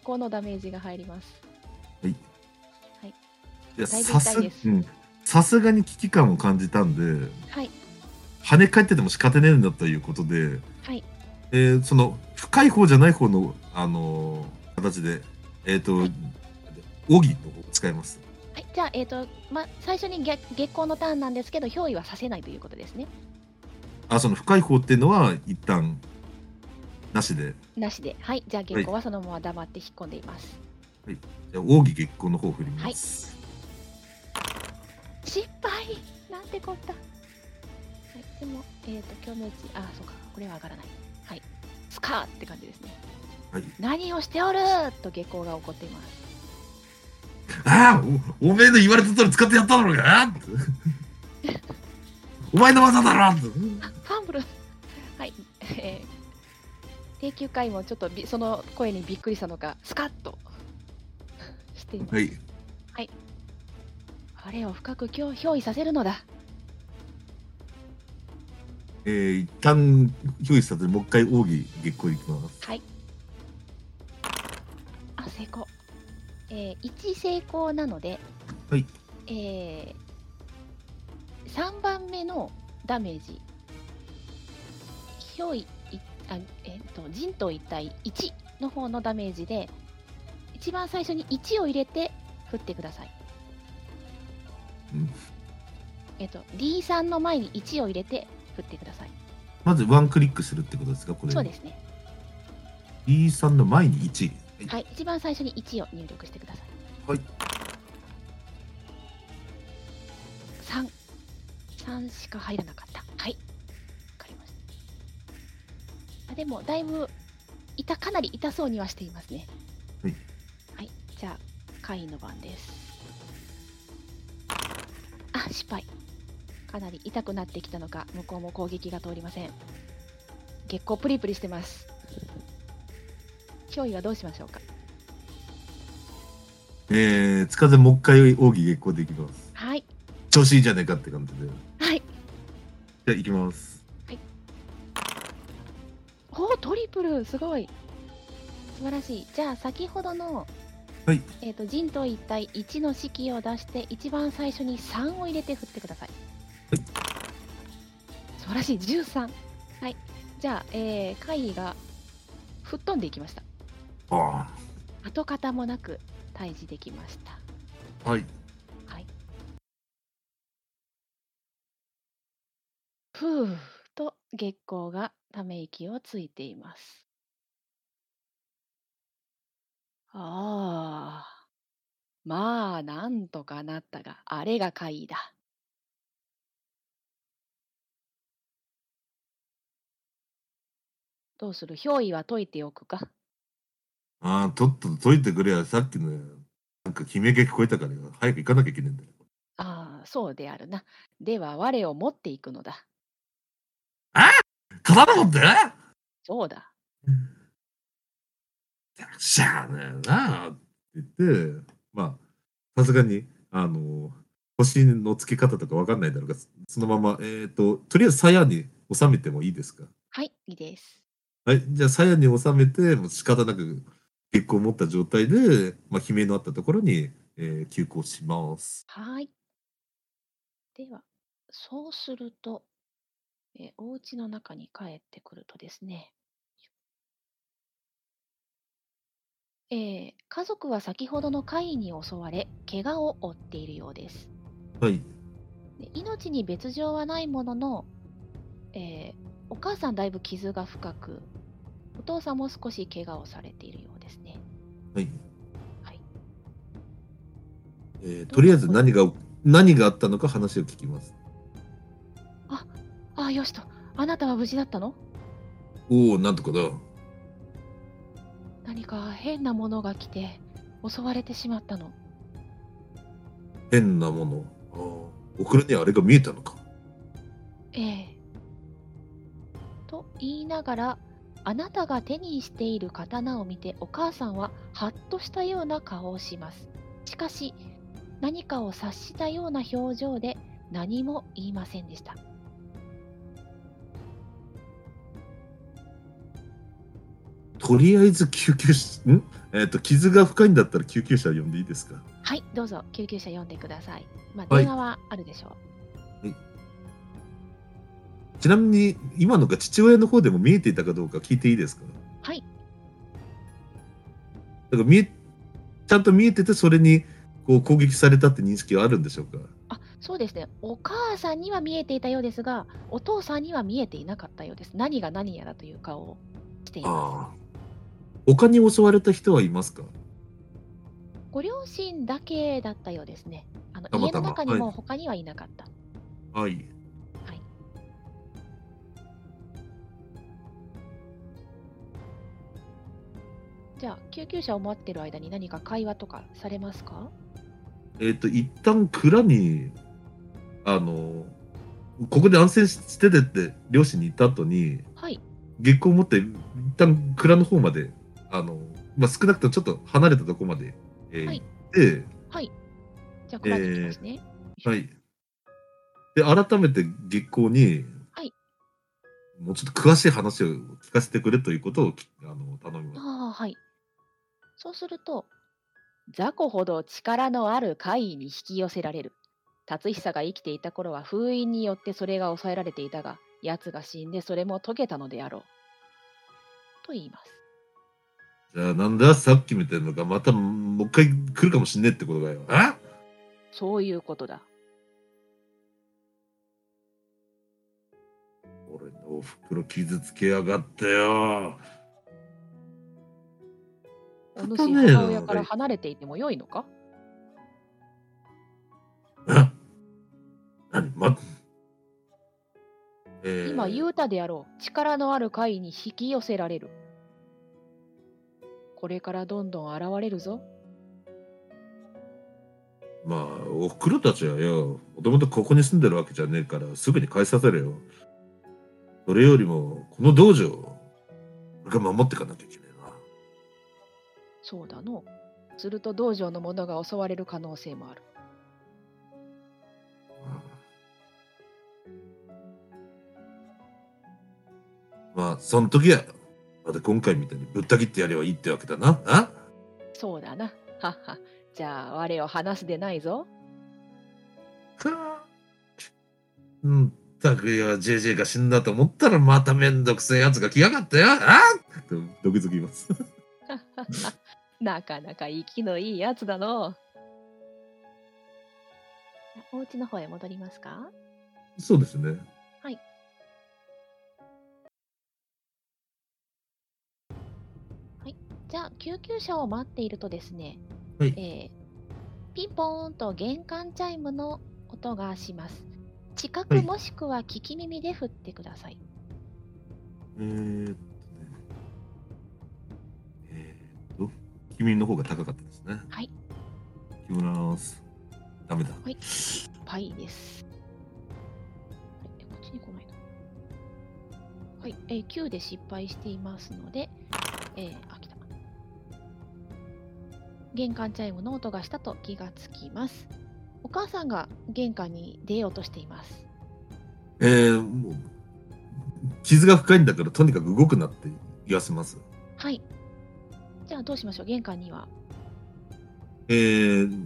5のダメージが入ります。いやだいぶさす痛いですうんさすがに危機感を感じたんで、はい。跳ね返ってても仕方ねえんだということで、はい。えーその深い方じゃない方の、あのー形で、えっ、と、ははいい、オギの方を使います。はい、じゃあ、えっ、と、ま、最初に月月光のターンなんですけど、憑依はさせないということですね。あ、その深い方っていうのは一旦なしで、なしで。はい、じゃあ月光はそのまま黙って引っ込んでいます。じゃあ奥義月光の方を振ります。失敗なんてこった。はい、でも、えっ、と、今日のうち、あ、そうか、これは上がらない。はい、スカーって感じですね。はい何をしておると月光が怒っています。ああ、おおめえの言われた通り使ってやっただろうが。 ってお前の技だろ。ってあ、ファンブルはい、 えー、定休会もちょっとびその声にびっくりしたのか、スカッとしています。はい。彼を深く今日憑依させるのだ。えー、一旦憑依した後にもう一回奥義月光いきます。はい。あ、成功。えー、1成功なので、はい。えー、3番目のダメージ。憑依、いあえっ、と、陣と一体1の方のダメージで、一番最初に1を入れて振ってください。うんえっ、と、D3 の前に1を入れて振ってください。まずワンクリックするってことですかこれ。そうですね。 E3 の前に1。はいはい、一番最初に1を入力してください。はい。三、三しか入らなかった。はい。わかりました。あでもだいぶ痛かなり痛そうにはしていますね。はい。はい、じゃあ会の番です。あ、失敗。かなり痛くなってきたのか、向こうも攻撃が通りません。結構プリプリしてます。憑依はどうしましょうか。えー、つかずもう一回奥義月光できます。はい。調子いいじゃねえかって感じで。じはい。ゃあ、いきます。おートリプルすごい素晴らしいじゃあ先ほどの、はいえー、と人と一体1の式を出して一番最初に3を入れて振ってください、はい素晴らしい13はいじゃあ、えー、会議が吹っ飛んでいきましたあ跡形もなく退治できましたあ。はい。ふうと月光がため息をついています。ああ、まあなんとかなったが、あれが怪異だ。どうする憑依は解いておくか。ああ、とっとと解いてくれや。さっきの、なんか悲鳴が聞こえたから、早く行かなきゃいけないんだよ。ああ、そうであるな。では我を持っていくのだ。ただのもんだよそうだ。しゃあねえなあって言って、まあ、さすがに、あの、星の付け方とかわかんないだろうが、そのまま、えっ、と、とりあえず鞘に収めてもいいですかはい、いいです。はい、じゃあ、鞘に収めて、もう仕方なく、結構持った状態で、まあ、悲鳴のあったところに、えー急行します。はい。では、そうすると、えーお家の中に帰ってくるとですね、えー家族は先ほどの怪異に襲われ、怪我を負っているようです。はい、で命に別状はないものの、えーお母さんだいぶ傷が深く、お父さんも少し怪我をされているようですね。はい。はいえーとりあえず何が、何があったのか話を聞きます。ああ、よしと、あなたは無事だったのおお、なんとかだ。何か変なものが来て襲われてしまったの。変なもの。あー僕らにはあれが見えたのか。ええ。と言いながら、あなたが手にしている刀を見てお母さんはハッとしたような顔をします。しかし、何かを察したような表情で何も言いませんでした。とりあえず救急車、んえっ、と、傷が深いんだったら救急車呼んでいいですかはい、どうぞ救急車呼んでください。まあ、はい電話はあるでしょう。ちなみに、今のが父親の方でも見えていたかどうか聞いていいですかはい。だから見え、ちゃんと見えてて、それにこう攻撃されたって認識はあるんでしょうかあ、そうですね。お母さんには見えていたようですが、お父さんには見えていなかったようです。何が何やらという顔をしています。ああ。他に襲われた人はいますかご両親だけだったようですね。あのたま家たのま中にはもい他にはいなかった。はい。はいじゃあ救急車を待ってる間に何か会話とかされますかえっ、と、一旦蔵に、あの、ここで安静しててって両親に言った後に、はい月光を持って、一旦蔵の方まで、あの、まあ、少なくともちょっと離れたとこまで、えーはい行って、はいじゃあこれに行きますね、はい。で、改めて月光に、はいもうちょっと詳しい話を聞かせてくれということをきあの頼みます。ああはいそうすると雑魚ほど力のある怪異に引き寄せられる達久が生きていた頃は封印によってそれが抑えられていたが奴が死んでそれも解けたのであろうと言いますじゃあ、なんだ、さっきみたいなのが、またもう一回来るかもしんねえってことだよ。あそういうことだ俺のおふくろ傷つけやがってよ。お立た主ねえな母親からはい離れていても良いのかあ何ま、えー今言うたであろう力のある怪異に引き寄せられるこれからどんどん現れるぞまあ、おふくろたちはよ、もともとここに住んでるわけじゃねえから、すぐに返させるよ。それよりも、この道場を、俺が守っていかなきゃいけねそうだのすると道場の者が襲われる可能性もあるえな。うんまあ、そん時は、また今回みたいにぶった切ってやればいいってわけだな。あそうだなはっはじゃあ我を話すでないぞかうん、たくよ、ジェジェが死んだと思ったら、まためんどくせえやつが来やがったよ。あと、毒づきます。なかなか息のいいやつだのお家の方へ戻りますかそうですね。はい。はい。じゃあ、救急車を待っているとですね、はいえーピンポーンと玄関チャイムの音がします。近はくいもしくは聞き耳で振ってください。えーっとね。えーっと、君の方が高かったですね。はい。いきます。ダメだ。はい。パイです。はいえこっちに来ないな。はい。えー、9で失敗していますので、えー、あ、来た。玄関チャイムの音がしたと気がつきます。お母さんが玄関に出ようとしています。えー、もう、傷が深いんだから、とにかく動くなって言わせます。はい。じゃあどうしましょう。玄関には。えー、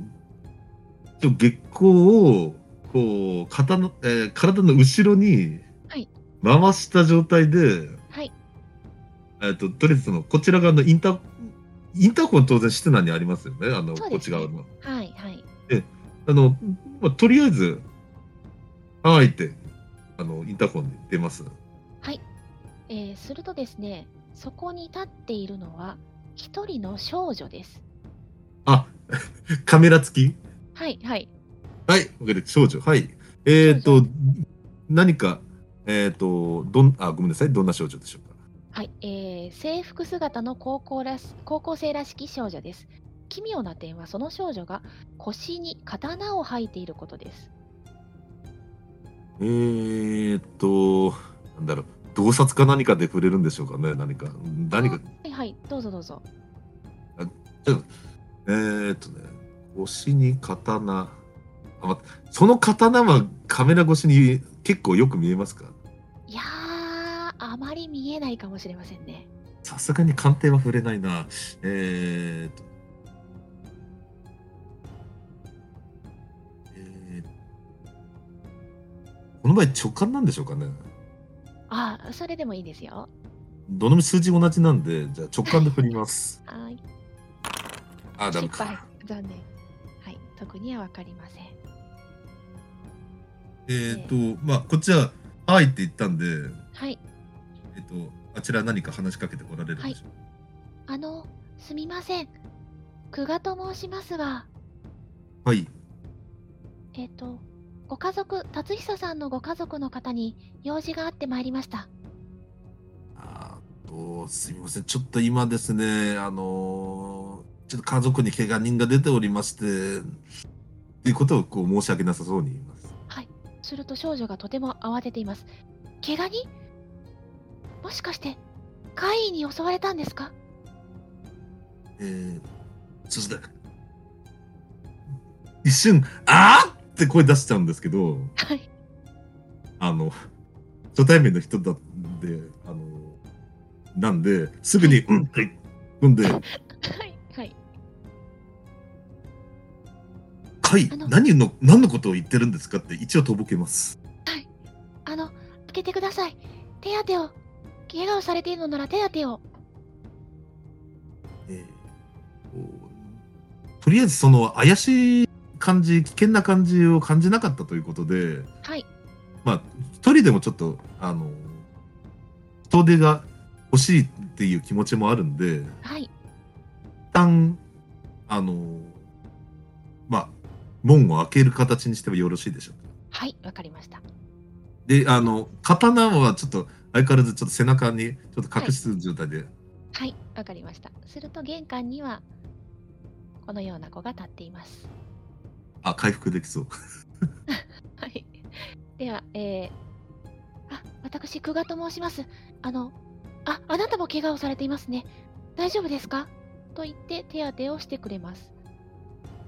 ちょ月光をこう肩の、えー体の後ろにはい回した状態で、はい。えっととりあえずそのこちら側のインターインターホン当然室内にありますよねあの、そうこでっちすね側の。はいはい。あの、まあ、とりあえず「はい」ってあのインターホンで出ます。えーするとですね、そこに立っているのは一人の少女です。あ カメラ付きはいはい。はい、わかり少女。はい。え少っ、と女、何か、えっ、と、どん、あ、ごめんなさい、どんな少女でしょうか。はい、えー制服姿の高校らし高校生らしき少女です。奇妙な点はその少女が腰に刀を履いていることです。えっ、と、なんだろう、洞察か何かで触れるんでしょうかね、何か。何か、はいはい、どうぞどうぞ。えっ、とね、腰に刀。あ、ま、その刀はカメラ越しに結構よく見えますかいやー、あまり見えないかもしれませんね。さすがに鑑定は触れないな。えー、と。えーこの場合直感なんでしょうかね。あー、それでもいいですよ。どのみち数字同じなんで、じゃあ直感で振ります。はーい、あー、ダメ失敗か。。残念。はい、特にはわかりません。えー、と、まあ、こっちは、はいって言ったんで、はい、えっ、と、あちら何か話しかけてこられるんでしょうか。あの、すみません。久我と申しますが、はい。えっ、と、ご家族、達久さんのご家族の方に用事があってまいりました。あーと、すみません。ちょっと今ですね、あのーちょっと家族に怪我人が出ておりまして、ということをこう申し訳なさそうに言います。すると少女がとても慌てています。怪我人もしかして、怪異に襲われたんですかえー、そして、一瞬、あーって声出しちゃうんですけど、はい。あの、初対面の人だんで、あの、なんで、すぐに、うん、はい、飲んで、はい。はい。はいあ、の何の、何のことを言ってるんですかって一応とぼけます。あの、開けてください。手当てを。怪我をされているのなら手当てを。えーこうとりあえずその怪しい感じ危険な感じを感じなかったということではい。まあ一人でもちょっとあの人手が欲しいっていう気持ちもあるんで一はい。旦あのまあ門を開ける形にしてもよろしいでしょうか。はい。わかりました。であの刀はちょっと相変わらずちょっと背中にちょっと隠す状態で、はい。わかりました。すると玄関には、このような子が立っています。あ回復できそう。はい。 では、えー、あ、私、久我と申します。あの、あ、あなたも怪我をされていますね。大丈夫ですかと言って手当てをしてくれます。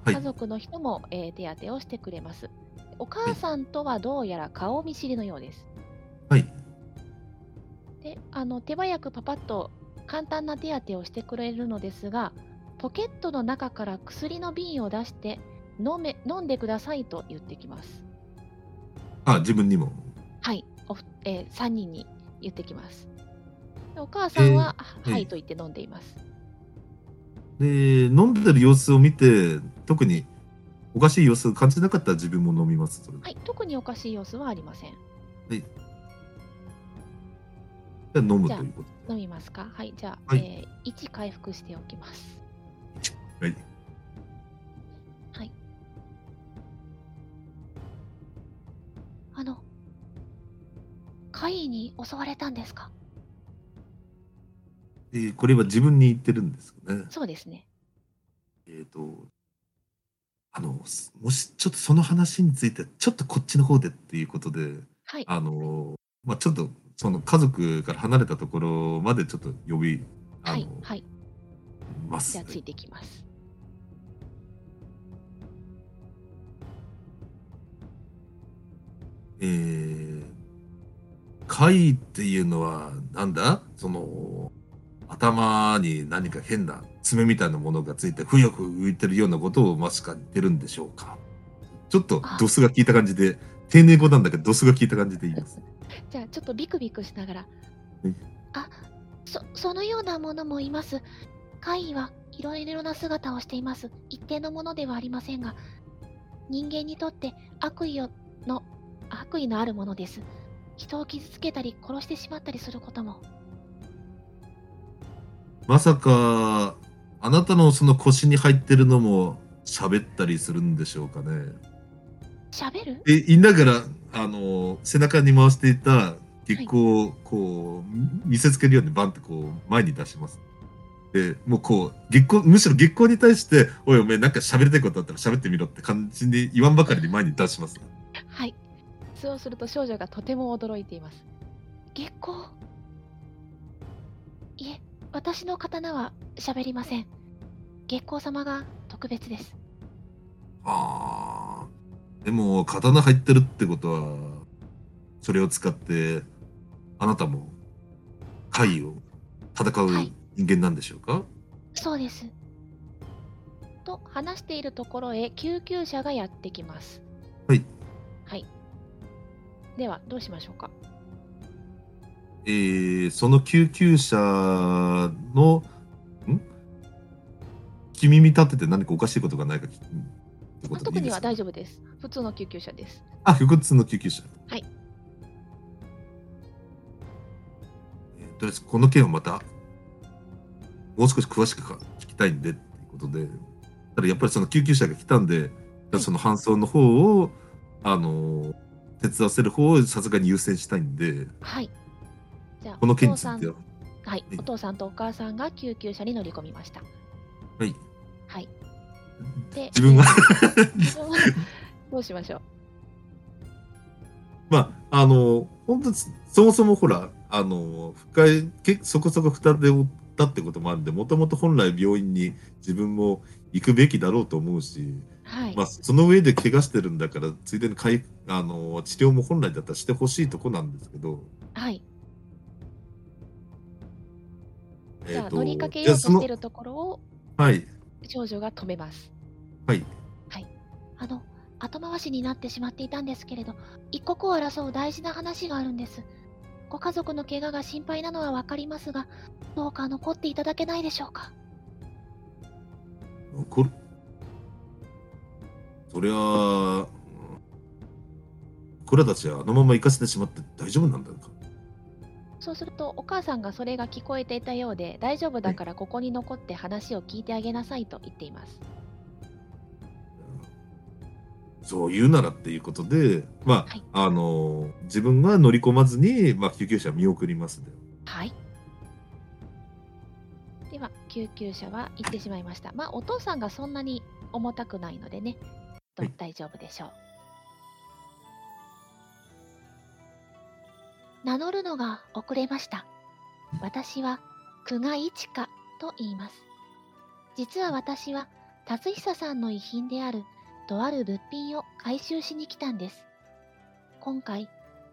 はい家族の人も、えー手当てをしてくれます。お母さんとはどうやら顔見知りのようです。はいで、あの、手早くパパッと簡単な手当てをしてくれるのですが、ポケットの中から薬の瓶を出して飲め飲んでくださいと言ってきます。あ自分にもはい、おふえー、3人に言ってきます。でお母さんは、えーははいいと言って飲んでいます。で飲んでる様子を見て特におかしい様子を感じなかったら自分も飲みますそれはい、特におかしい様子はありません。で飲むということ飲みますかはい、じゃあ、はいえー、1回復しておきます。で、はい、あの、怪異に襲われたんですかでこれは自分に言ってるんですよねそうですね。えっ、とあのすもしちょっとその話についてちょっとこっちの方でっていうことではい、あのまあちょっとその家族から離れたところまでちょっと呼びあはの、い、はい。まじすゃあ、ついてきます。えー、怪異っていうのはなんだその頭に何か変な爪みたいなものがついてふよふよ浮いてるようなことをマシカに言ってるんでしょうかちょっとドスが効いた感じで丁寧語なんだけどドスが効いた感じで言いますじゃあちょっとビクビクしながらうん。あ、そ、そのようなものもいます。怪異はいろいろな姿をしています。一定のものではありませんが、人間にとって悪意をの、悪意のあるものです。人を傷つけたり殺してしまったりすることも。まさかあなたのその腰に入ってるのも喋ったりするんでしょうかね喋るえ言いながらあの背中に回していた月光をこう見せつけるようにバンってこう前に出します。でもうこう月光むしろ月光に対して「おいおめえなんか喋りたいことあったら喋ってみろ」って感じに言わんばかりに前に出します。はい。そうすると少女がとても驚いています。月光いえ、私の刀は喋りません。月光様が特別です。あーでも刀入ってるってことはそれを使ってあなたも怪異を戦うはい人間なんでしょうか、そうです。と話しているところへ救急車がやってきます。はい。はい。では、どうしましょうか。えーその救急車のん君見立てて何かおかしいことがないか聞くってまこあとで特いにいですはか大丈夫です。普通の救急車です。あ不屈の救急車はい、えーとりあえずこの件をまたもう少し詳しくか聞きたいんでっていうことでただやっぱりその救急車が来たんで、じゃあその搬送の方をあのー手伝わせる方をさすがに優先したいんではい。じゃあ、この件おに父つさいんてははいは、いお父さんとお母さんが救急車に乗り込みました。はいはい。で、自分が自分は どうしましょう。まああの本当そもそもほらあの深いけそこそこ負担で負ったってこともあるんでもともと本来病院に自分も行くべきだろうと思うし、はい。まあ、その上で怪我してるんだからついでに回復あの治療も本来だったらしてほしいとこなんですけど、はい。じゃあ、ーと乗りかけじよゃうあとそしのてるところをはい少女が止めます。はいあの、後回しになってしまっていたんですけれど、一刻を争う大事な話があるんです。ご家族の怪我が心配なのはわかりますが、どうか残っていただけないでしょうか。これそりゃあ僕らたちはあのまま行かせてしまって大丈夫なんだろうかそうすると、お母さんがそれが聞こえていたようで、大丈夫だからここに残って話を聞いてあげなさいと言っています。そう言うならっていうことで、まあはいあの自分は乗り込まずに、まあ、救急車見送りますではい。では、救急車は行ってしまいました。まあ、お父さんがそんなに重たくないのでね、とはい大丈夫でしょう。名乗るのが遅れました。私は久我一華と言います。実は私は達久さんの遺品であるとある物品を回収しに来たんです。今回、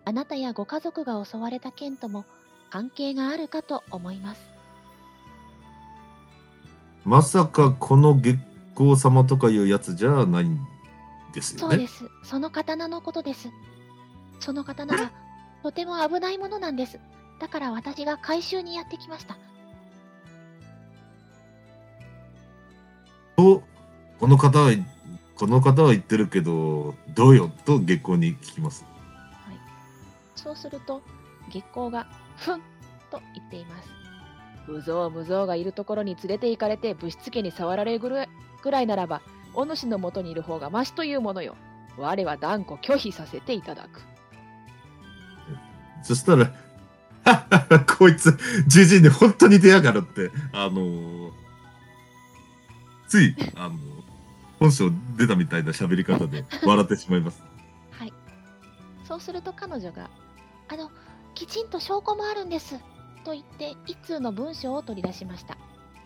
あなたやご家族が襲われた件とも関係があるかと思います。まさかこの月光様とかいうやつじゃないんですそようねです。その刀のことです。その刀はとても危ないものなんです。だから私が回収にやってきました。とこの方はこの方は言ってるけどどうよと月光に聞きますそうすると、月光がふんと言っています。無造無造がいるところに連れて行かれてぶしつけに触られるぐらいぐらいならば、お主の元にいる方がマシというものよ。我は断固拒否させていただく。そしたら 「こいつじじいに本当に出やがる」ってあのついあの本性出たみたいな喋り方で笑ってしまいます。はい。そうすると彼女が、あの、きちんと証拠もあるんです。と言って、一通の文章を取り出しました。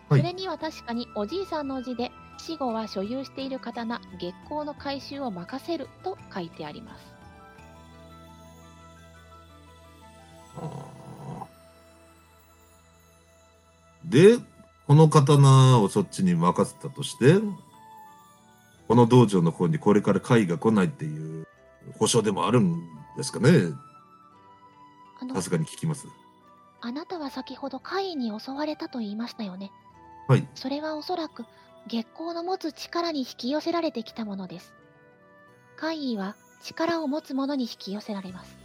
はいそれには確かにおじいさんの字で、死後は所有している刀、月光の回収を任せると書いてあります。でこの刀をそっちに任せたとしてこの道場の方にこれから会が来ないっていう保証でもあるんですかねあのさすがに聞きますあなたは先ほど怪異に襲われたと言いましたよねはいそれはおそらく月光の持つ力に引き寄せられてきたものです怪異は力を持つものに引き寄せられます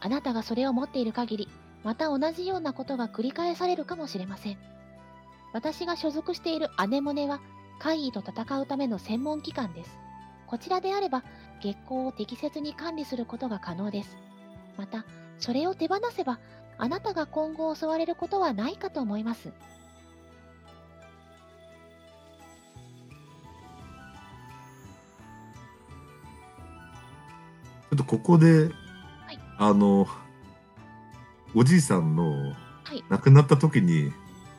あなたがそれを持っている限りまた同じようなことが繰り返されるかもしれません私が所属しているアネモネは怪異と戦うための専門機関ですこちらであれば月光を適切に管理することが可能ですまたそれを手放せばあなたが今後襲われることはないかと思いますちょっとここで、いあのおじいさんのい亡くなった時に、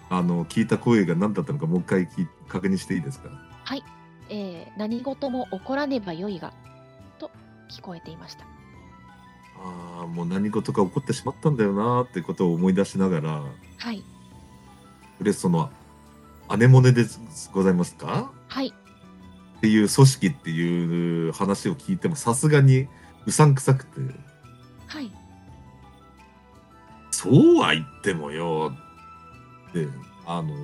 あの聞いた声が何だったのかもう一回聞い確認していいですかえー何事も起こらねばよいがと聞こえていましたああもう何事か起こってしまったんだよなーってことを思い出しながらはい嬉しそうなアネモネでございますかはいっていう組織っていう話を聞いてもさすがにうさんくさくてはいそうは言ってもよってあの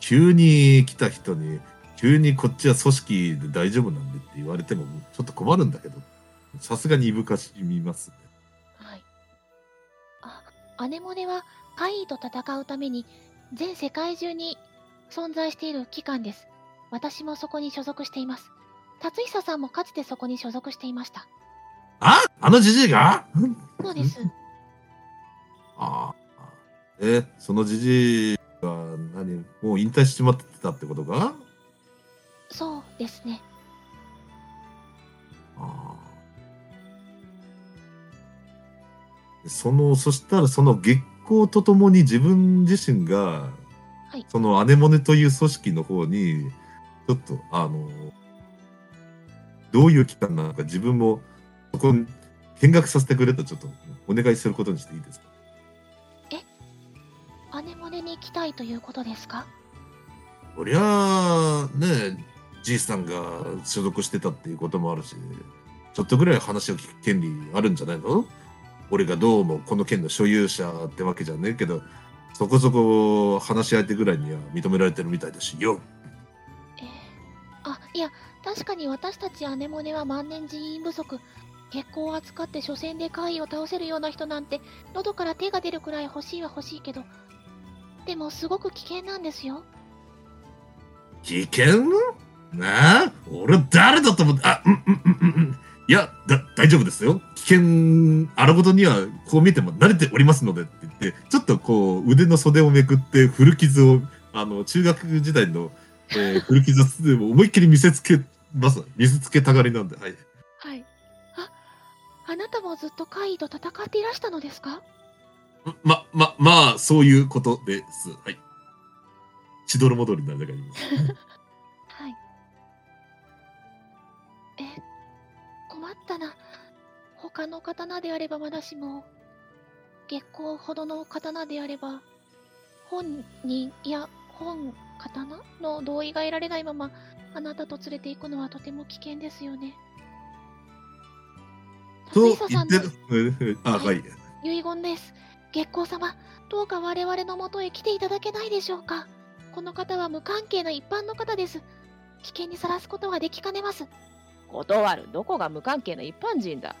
急に来た人に急にこっちは組織で大丈夫なんでって言われてもちょっと困るんだけどさすがにいぶかしみますねはいアネモネは怪異と戦うために全世界中に存在している機関です。私もそこに所属しています。辰久さんもかつてそこに所属していました。ああのじじいがそうです。ああえそのじじいが何もう引退しちまってたってことかそうですね。あーそのそしたらその月光とともに自分自身が、はいそのアネモネという組織の方にちょっとあのどういう機関なのか自分もそこに見学させてくれとちょっとお願いすることにしていいですかアネモネに来たいということですかそりゃあねじいさんが所属してたっていうこともあるしちょっとぐらい話を聞く権利あるんじゃないの俺がどうもこの県の所有者ってわけじゃねえけどそこそこ話し相手ぐらいには認められてるみたいだしよええあ、いや、確かに私たちアネモネは万年人員不足。月光を扱って初戦で怪異を倒せるような人なんて、喉から手が出るくらい欲しいは欲しいけど、でもすごく危険なんですよ。危険なあ俺は誰だと思ってあうんうんうんうんうんいやだ大丈夫ですよ危険あらごとにはこう見ても慣れておりますのでって言ってちょっとこう腕の袖をめくって古傷をあの中学時代の、えー古傷を思いっきり見せつけます見せつけたがりなんではいはい。あ、あなたもずっと怪異と戦っていらしたのですかまままあそういうことですはいしどろもどりになりながら言いますはい。え、困ったな。他の刀であればまだしも、月光ほどの刀であれば、本人、いや、本刀の同意が得られないまま、あなたと連れて行くのはとても危険ですよね。と辰久言さっんてのるあはい遺言です。月光様、どうか我々のもとへ来ていただけないでしょうか。この方は無関係な一般の方です。危険にさらすことはできかねます。断るどこが無関係な一般人だ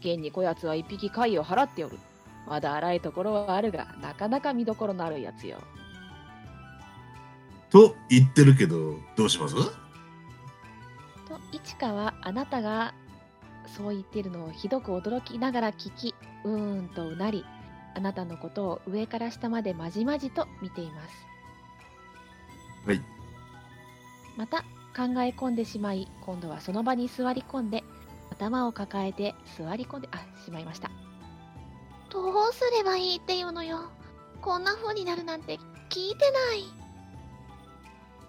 現にこやつは一匹貝を払っておるまだ荒いところはあるがなかなか見どころのあるやつよと言ってるけどどうしますと一花はあなたがそう言ってるのをひどく驚きながら聞きうーんとうなりあなたのことを上から下までまじまじと見ていますはいまた考え込んでしまい今度はその場に座り込んで頭を抱えて座り込んであしまいましたどうすればいいっていうのよ。こんな風になるなんて聞いてない。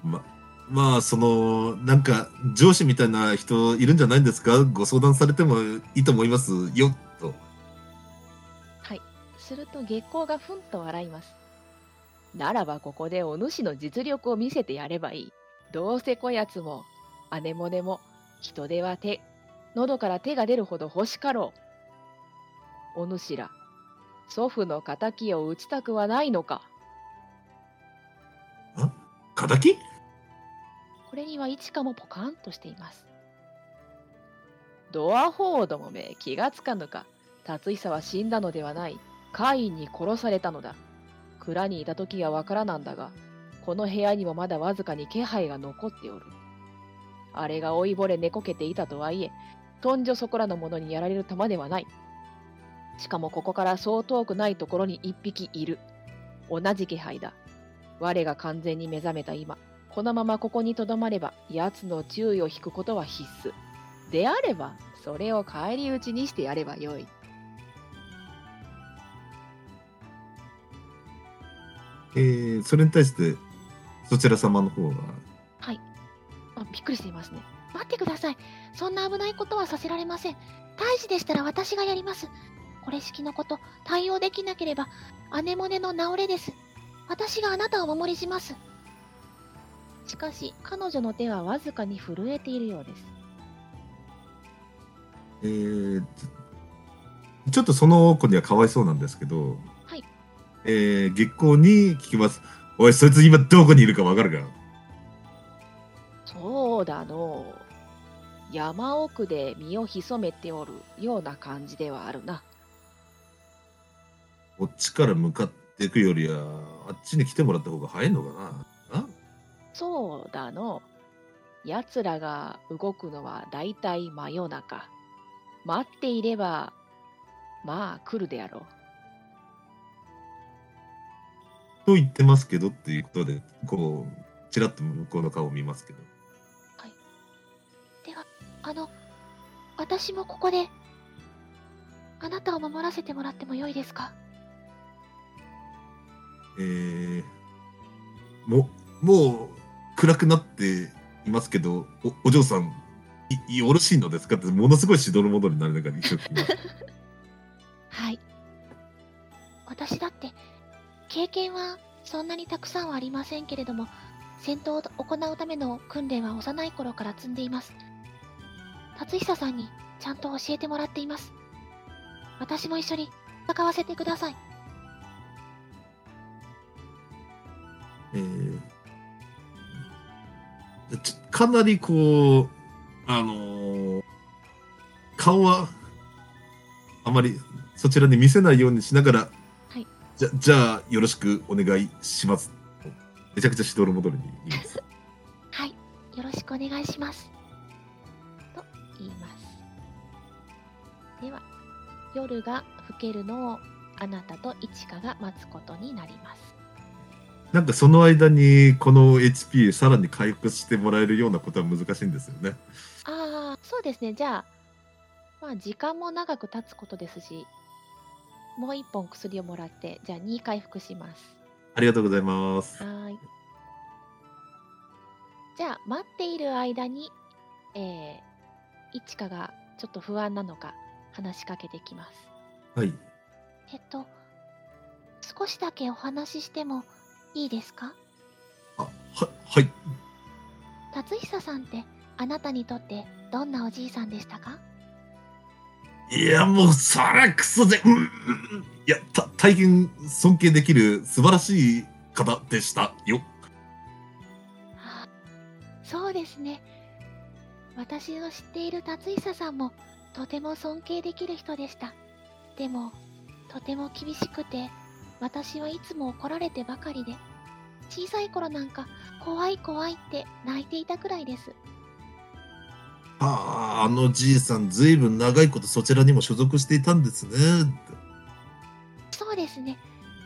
ままあそのなんか上司みたいな人いるんじゃないんですかご相談されてもいいと思いますよとすると月光がふんと笑いますならばここでお主の実力を見せてやればいい。どうせこやつも、姉もねも、人手は手、喉から手が出るほど欲しかろう。お主ら、祖父の仇を討ちたくはないのか。敵これには一華もポカンとしています。ドアホーどもめ気がつかぬか。達久は死んだのではない。カインに殺されたのだ。蔵にいた時はわからなんだが、この部屋にもまだわずかに気配が残っておる。あれが老いぼれ寝こけていたとはいえ、とんじょそこらのものにやられる玉ではない。しかもここからそう遠くないところに一匹いる。同じ気配だ。我が完全に目覚めた今、このままここにとどまれば、奴の注意を引くことは必須。であれば、それを返り討ちにしてやればよい。えー、それに対してそちら様の方はあ、びっくりしていますね。待ってください。そんな危ないことはさせられません。大使でしたら私がやります。これ式のこと、対応できなければ、姉もねの直れです。私があなたをお守りします。しかし、彼女の手はわずかに震えているようです。えーちょっとその子にはかわいそうなんですけど、はいえー月光に聞きます「おいそいつ今どこにいるかわかるか?そうだのう。山奥で身を潜めておるような感じではあるな。」こっちから向かっていくよりはあっちに来てもらった方が早いのかなあそうだのう。奴らが動くのはだいたい真夜中。待っていれば、まあ来るであろう。と言ってますけどっていうことでこうちらっと向こうの顔を見ますけどあの、私もここで、あなたを守らせてもらってもよいですかえーももう暗くなっていますけどおお嬢さんいよろしいのですかってものすごいしどろもどろになる中に一応聞きますはい。私だって、経験はそんなにたくさんはありませんけれども、戦闘を行うための訓練は幼い頃から積んでいます。達久さんにちゃんと教えてもらっています。私も一緒に戦わせてください。えーちかなりこうあのー顔はあまりそちらに見せないようにしながら、はいじゃじゃあよろしくお願いしますめちゃくちゃしどろもどろに言います はい。よろしくお願いします。と言います。では、夜が更けるのをあなたと一花が待つことになります。なんかその間にこの HP さらに回復してもらえるようなことは難しいんですよねああ、そうですね。じゃあ、まあ、時間も長く経つことですし、もう一本薬をもらって、じゃあ2回復します。ありがとうございますはーい。じゃあ、待っている間に、えー、いちかがちょっと不安なのか、話しかけてきます。はいえっと、少しだけお話ししてもいいですかあははい達久さんって、あなたにとってどんなおじいさんでしたかいや、もう、そらくそで、うんうんうん、いや、た、大変尊敬できる素晴らしい方でしたよ。あそうですね。私の知っている達久さんもとても尊敬できる人でした。でも、とても厳しくて、私はいつも怒られてばかりで、小さい頃なんか怖い怖いって泣いていたくらいです。ああ、あのじいさん、ずいぶん長いことそちらにも所属していたんですね。そうですね。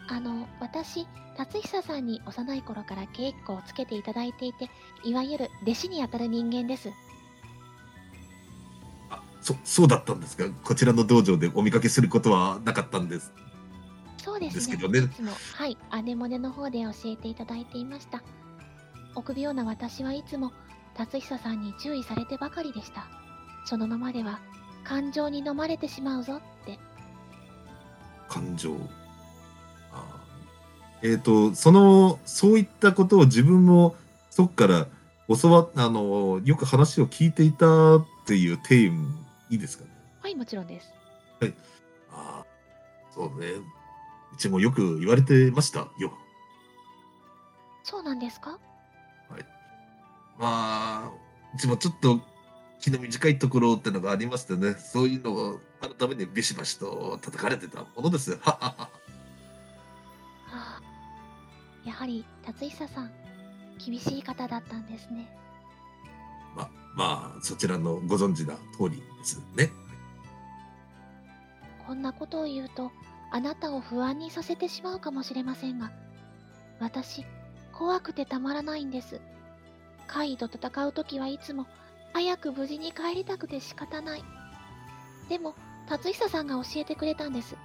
あの、私、達久さんに幼い頃から稽古をつけていただいていて、いわゆる弟子にあたる人間です。あ、そ、そうだったんですか。こちらの道場でお見かけすることはなかったんです。そうですですけね。どねいつも、はい、姉もねの方で教えていただいていました。臆病な私はいつも達久さんに注意されてばかりでした。そのままでは感情に飲まれてしまうぞって。感情。あえっ、とそのそういったことを自分もそっから教わあのよく話を聞いていたっていうテーマいいですかね。はい、もちろんです。ああそうねうちもよく言われてましたよ。そうなんですかまあうちもちょっと気の短いところってのがありましてねそういうのを改めてビシバシと叩かれてたものです。ははははあ、やはり辰久さん厳しい方だったんですねまあまあそちらのご存知な通りですね。こんなことを言うとあなたを不安にさせてしまうかもしれませんが私怖くてたまらないんです怪異と戦う時はいつも早く無事に帰りたくて仕方ないでも辰久さんが教えてくれたんです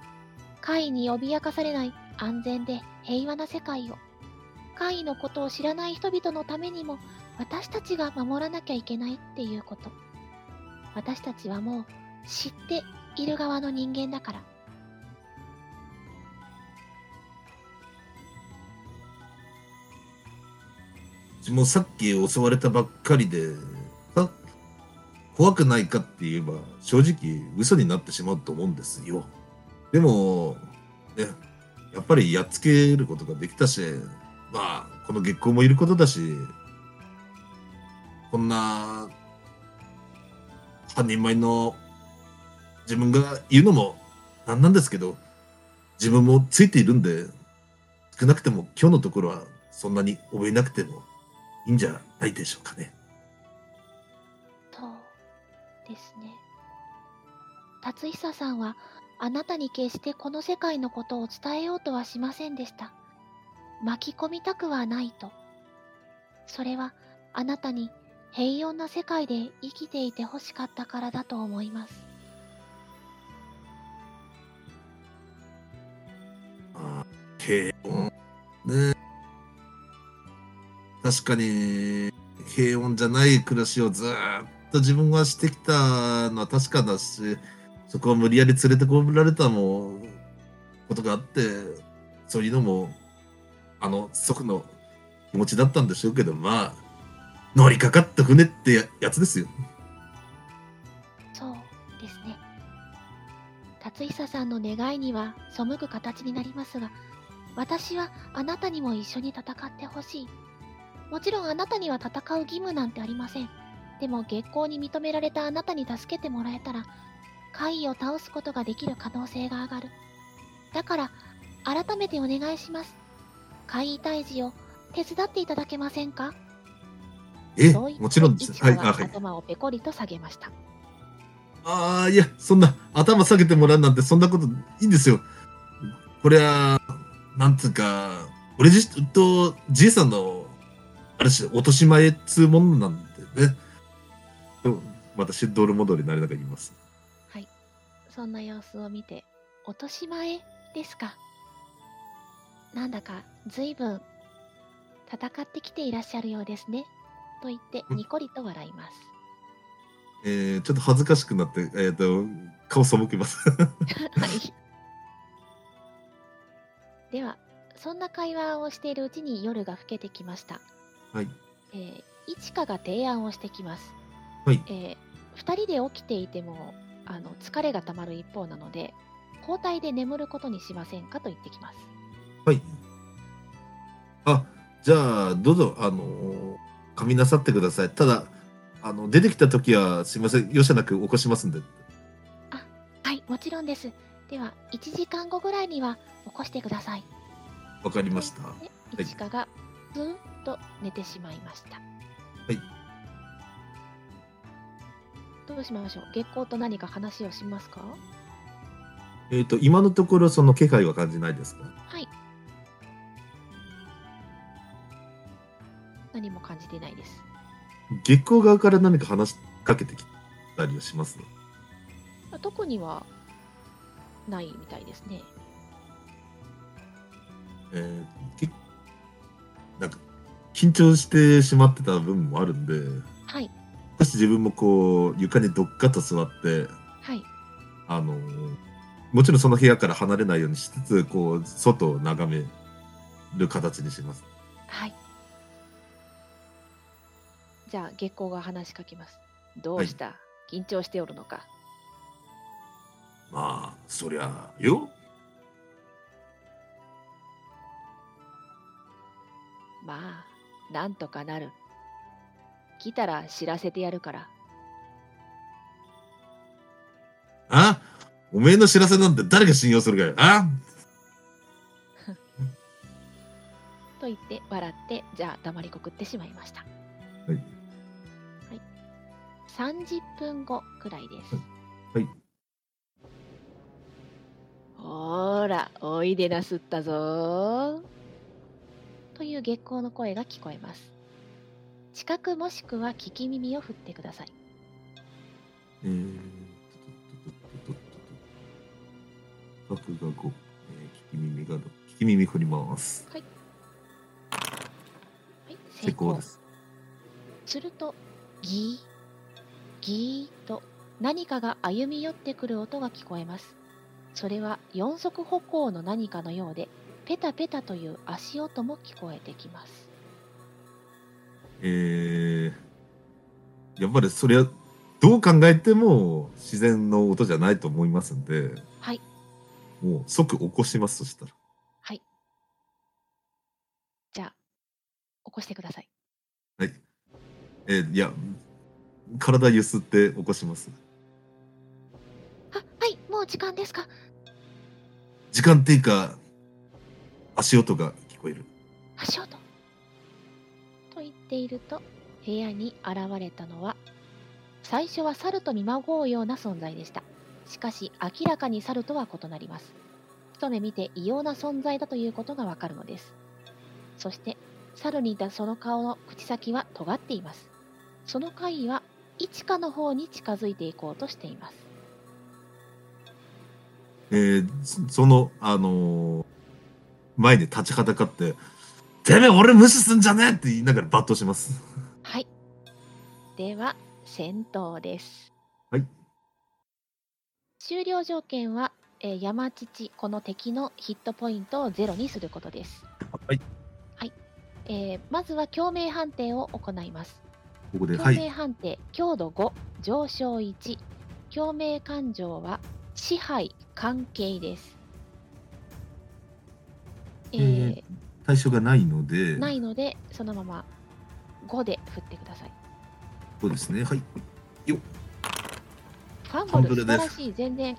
怪異に脅かされない安全で平和な世界を怪異のことを知らない人々のためにも私たちが守らなきゃいけないっていうこと私たちはもう知っている側の人間だからうちもさっき襲われたばっかりであ怖くないかって言えば正直嘘になってしまうと思うんですよ。でも、ね、やっぱりやっつけることができたしまあこの月光もいることだしこんな半人前の自分が言うのもなんなんですけど自分もついているんで少なくても今日のところはそんなに覚えなくてもいいんじゃないでしょうかね。そうですね辰久さんはあなたに決してこの世界のことを伝えようとはしませんでした巻き込みたくはないとそれはあなたに平穏な世界で生きていてほしかったからだと思いますあー平穏ね確かに平穏じゃない暮らしをずーっと自分がしてきたのは確かだしそこを無理やり連れてこられたもことがあってそういうのもあの祖父の気持ちだったんでしょうけどまあ乗りかかった船ってややつですよ。そうですね辰久さんの願いには背く形になりますが私はあなたにも一緒に戦ってほしいもちろんあなたには戦う義務なんてありませんでも月光に認められたあなたに助けてもらえたら怪異を倒すことができる可能性が上がるだから改めてお願いします怪異退治を手伝っていただけませんかえそう言もちろんでいす。ちかはい、あははい、頭をペコリと下げましたあーいやそんな頭下げてもらうなんてそんなこといいんですよ。これはなんつうか俺自身とじいさんのあれし落とし前っつうものなんでね。と私ドル戻りになりながら言います。はい。そんな様子を見て、落とし前ですか。なんだか随分戦ってきていらっしゃるようですね。と言ってうんニコリと笑います。 えー、ちょっと恥ずかしくなって、えー、と顔背けます。はい。では、そんな会話をしているうちに夜が更けてきました。はいえー、いちかが提案をしてきます。はいえー、2人で起きていてもあの疲れがたまる一方なので交代で眠ることにしませんかと言ってきます はい。あ、じゃあ、どうぞ、あの、噛みなさってください。ただ、あの、出てきた時は、すいません、容赦なく起こしますんで。はいもちろんですでは1時間後ぐらいには起こしてくださいわかりました。でいちかがずーっと寝てしまいましたいどうしましょう月光と何か話をしますかえっ、と、今のところ、その気配は感じないですかはい何も感じてないです月光側から何か話しかけてきたりはします特にはないみたいですねえー、けなんか、緊張してしまってた部分もあるんで、はい少し自分もこう、床にどっかと座って、はいあのもちろんその部屋から離れないようにしつつこう外を眺める形にします。はい。じゃあ、月光が話しかけます。どうした、緊張しておるのか。まあ、そりゃあよ。まあ、なんとかなる。来たら知らせてやるから。あおめえの知らせなんて誰が信用するかよ。あと言って笑って、じゃあ黙りこくってしまいました。はいはい。30分後くらいです。はい。ほーら、おいでなすったぞー。という月光の声が聞こえます。近くもしくは聞き耳を振ってください。えー、角が5、えー、聞き耳が6、聞き耳振ります。はい、成功です。するとギーギーと何かが歩み寄ってくる音が聞こえますそれは四足歩行の何かのようでペタペタという足音も聞こえてきますえー、やっぱりそりゃ、どう考えても自然の音じゃないと思いますんで、はいもう即起こします、そしたら。じゃあ起こしてくださいえーいや、体ゆすって起こします。あ、はい、もう時間ですか。時間っていうか、足音が聞こえる。足音。と言っていると部屋に現れたのは最初は猿と見まごうような存在でしたしかし明らかに猿とは異なります一目見て異様な存在だということがわかるのですそして猿に似たその顔の口先は尖っていますその怪異は一花の方に近づいていこうとしていますえーそその、あのー前に立ちはだかって、てめえ、俺無視すんじゃねえって言いながら抜刀します。はいでは戦闘ですはい終了条件は、えー山父この敵のヒットポイントをゼロにすることですはいえーまずは共鳴判定を行いますここで、は共い。鳴判定、強度5上昇1共鳴感情は支配関係ですえーえ対象がないので、なこいのでそのまま5で振ってくださいこですね。はい。ファンボファル素ンブル晴でらすしい全然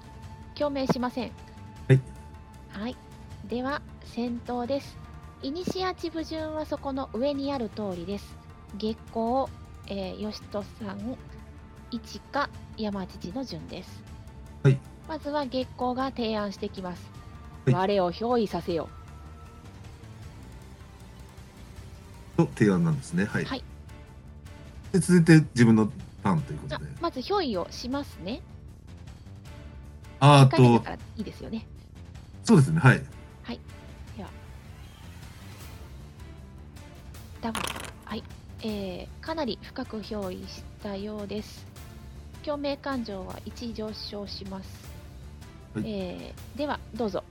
共鳴しませんはい、はい、では先頭ですイニシアチブ順はそこの上にある通りです月光、えー、吉人さん一か山父の順ですはいまずは月光が提案してきます、はい我を憑依させよと提案なんですね。はい。はいで続いて、自分のターンというこうじゃとで。まず憑依をしますねあー1回目だとか、らいいですよねそうですね。はい。ダブルはい、えー、かなり深く憑依したようです共鳴感情は1上昇します、はいえーではどうぞ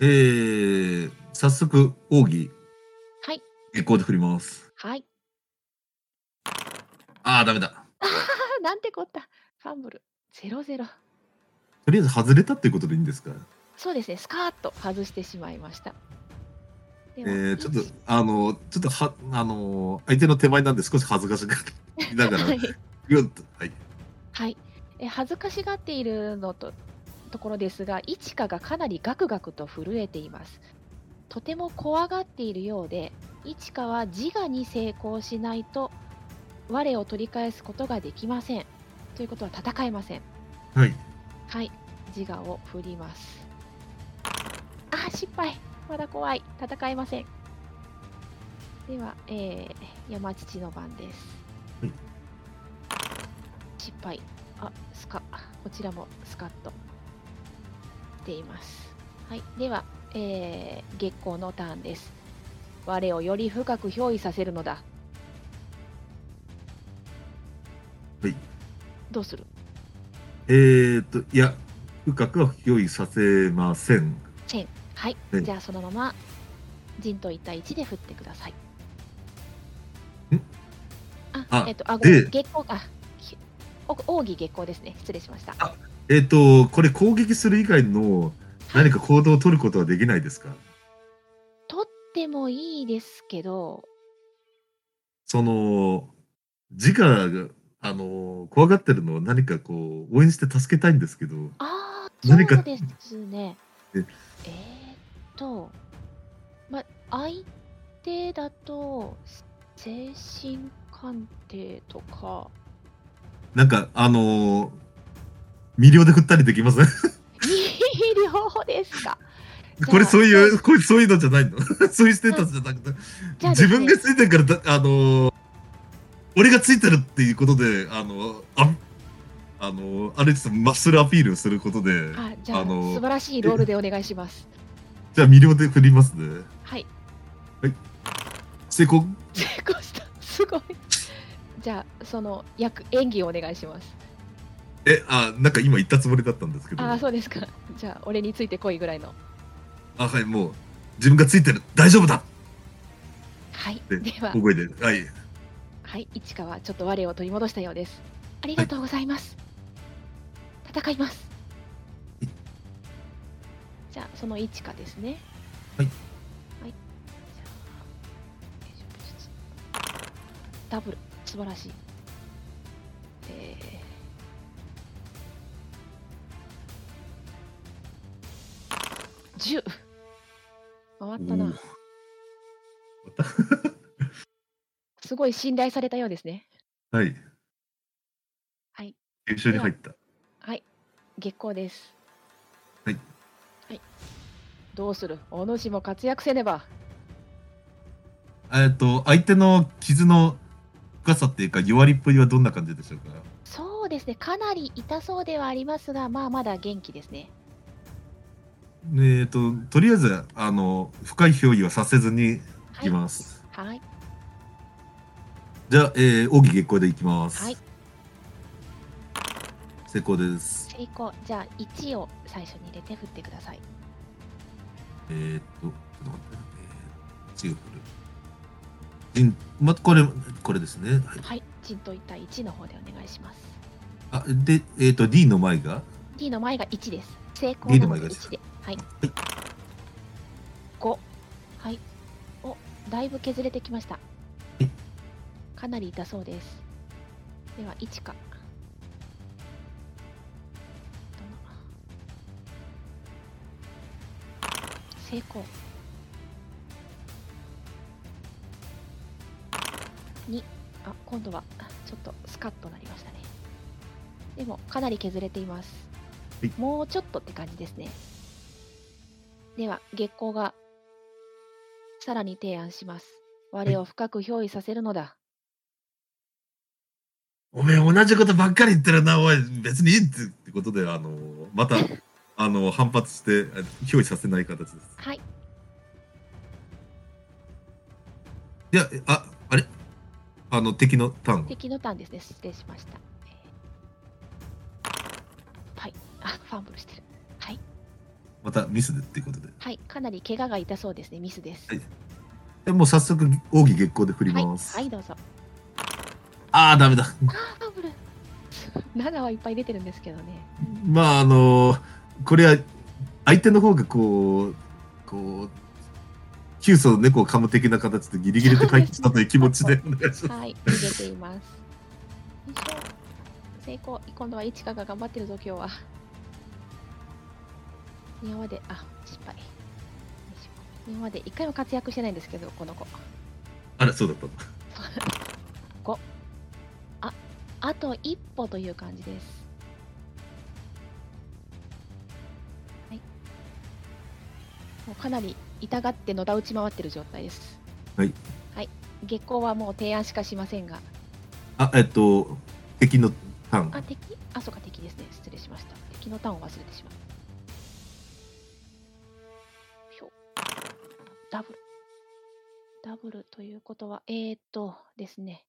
えー、早速、奥義、はい月光で振ります。はいあー、ダメだ。あなんてこったファンブルゼロゼロとりあえず外れたっていうことでいいんですかそうですねスカーッと外してしまいましたえではー、ちょっと一、あの、ちょっとは、あの、相手の手前なんで少し恥ずかしがりながらはい、ぐっと、はい。はいえー恥ずかしがっているのとところですがイチカがかなりガクガクと震えていますとても怖がっているようでイチカは自我に成功しないと我を取り返すことができませんということは戦えませんはい。はい自我を振りますあー失敗まだ怖い戦えませんでは、えー山父の番です、はい失敗あスカこちらもスカッとしていますはいでは、えー月光のターンです我をより深く憑依させるのだはいどうするえーと、いや、深くは用意させません。はい、はいじゃあそのまま、人と1対1で振ってください。んああえっと、あ、ごえめえん、月光、あ、ひお奥義月光ですね。失礼しました。えっと、これ攻撃する以外の何か行動を取ることはできないですか取ってもいいですけど、その、自我が、あの、怖がってるのを何かこう、応援して助けたいんですけど、ああ、そ何かうですね。ええーっと、ま、相手だと、精神鑑定と か、なんか、あの、魅了で振ったりできません医療ですか。じゃあこれそういう、これそういうのじゃないの そういうステータスじゃなくて、じゃあです自ね分がついてるからだ、あの、俺がついてるっていうことで、あの、あ、あの、あれちょっとマッスルアピールをすることで、あ、じゃあ、あの素晴らしいロールでお願いします。じゃあ魅了で振りますね。はい、成功成功した。すごい。じゃあ、その役演技をお願いします。え、あ、なんか今言ったつもりだったんですけど。ああ、そうですか。 じゃあ、俺についてこいぐらいの。あはい、もう、自分がついてる、大丈夫だはい、ででは大、声で。はい。はい、市川、ちょっと我を取り戻したようです。ありがとうございます。戦います。じゃあ、その市川ですね。はい。はい。じゃあ、よいしょちょっとダブル、素晴らしい。えー、10回ったおなーすごい信頼されたようですねはい。はい。優勝に入った。はい、月光です。はい。はい。どうするお主も活躍せねば。えっと、相手の傷の深さっていうか、弱りっぷりはどんな感じでしょうかそうですね、かなり痛そうではありますが、まあまだ元気ですね。えっと、とりあえず、あの、深い表意はさせずにいはいき。ます。はい。じゃあ、えー、奥義月光でいきます。はい。成功です。成功。じゃあ、1を最初に入れて振ってください。えー、っと、ちょっと待ってね。チューブル。んま、これ、これですね。はい、はい。人といった1の方でお願いします。あで、えー、っと、D の前が D の前が1です。成功 D なのの前でが1で。はい。5。はい。お、だいぶ削れてきましたい。かなり痛そうです。では、1か。成功。2。あ、今度はちょっとスカッとなりましたね。でも、かなり削れています。はいもうちょっとって感じですね。では、月光がさらに提案します。我を深く憑依させるのだ。おめえ同じことばっかり言ってるな、おい、別にいいってってことで、あの、また、あの、反発して、あ憑依させない形です。はい。いや、えあ、あれあの、敵のターン。敵のターンですね。失礼しました。えーはい。あ、ファンブルしてる。またミスでっていうことで。はい。かなり怪我が痛そうですね。ミスです。はいでもう早速、奥義月光で振ります。はい、どうぞ。ああ、ダメだ。あー、ファンブル。7はいっぱい出てるんですけどね。まあ、あの、これは、相手の方がこう、こう、窮鼠の猫を噛む的な形でギリギリで解決したという気持ちでお願いし ます。はい、逃げています。よいしょ成功。今度は一花が頑張ってるぞ、今日は。今まで、あ、失敗。よいしょ今まで一回も活躍してないんですけど、この子。あら、そうだったんだ。あと一歩という感じです。はい。もうかなり痛がってのだ打ち回ってる状態です。はい。はい。月光はもう提案しかしませんが。あ、えっと、敵のターンあ、。敵あ、そうか、敵ですね。失礼しました。敵のターンを忘れてしまう。ひょダブル。ダブルということは、えー、っとですね。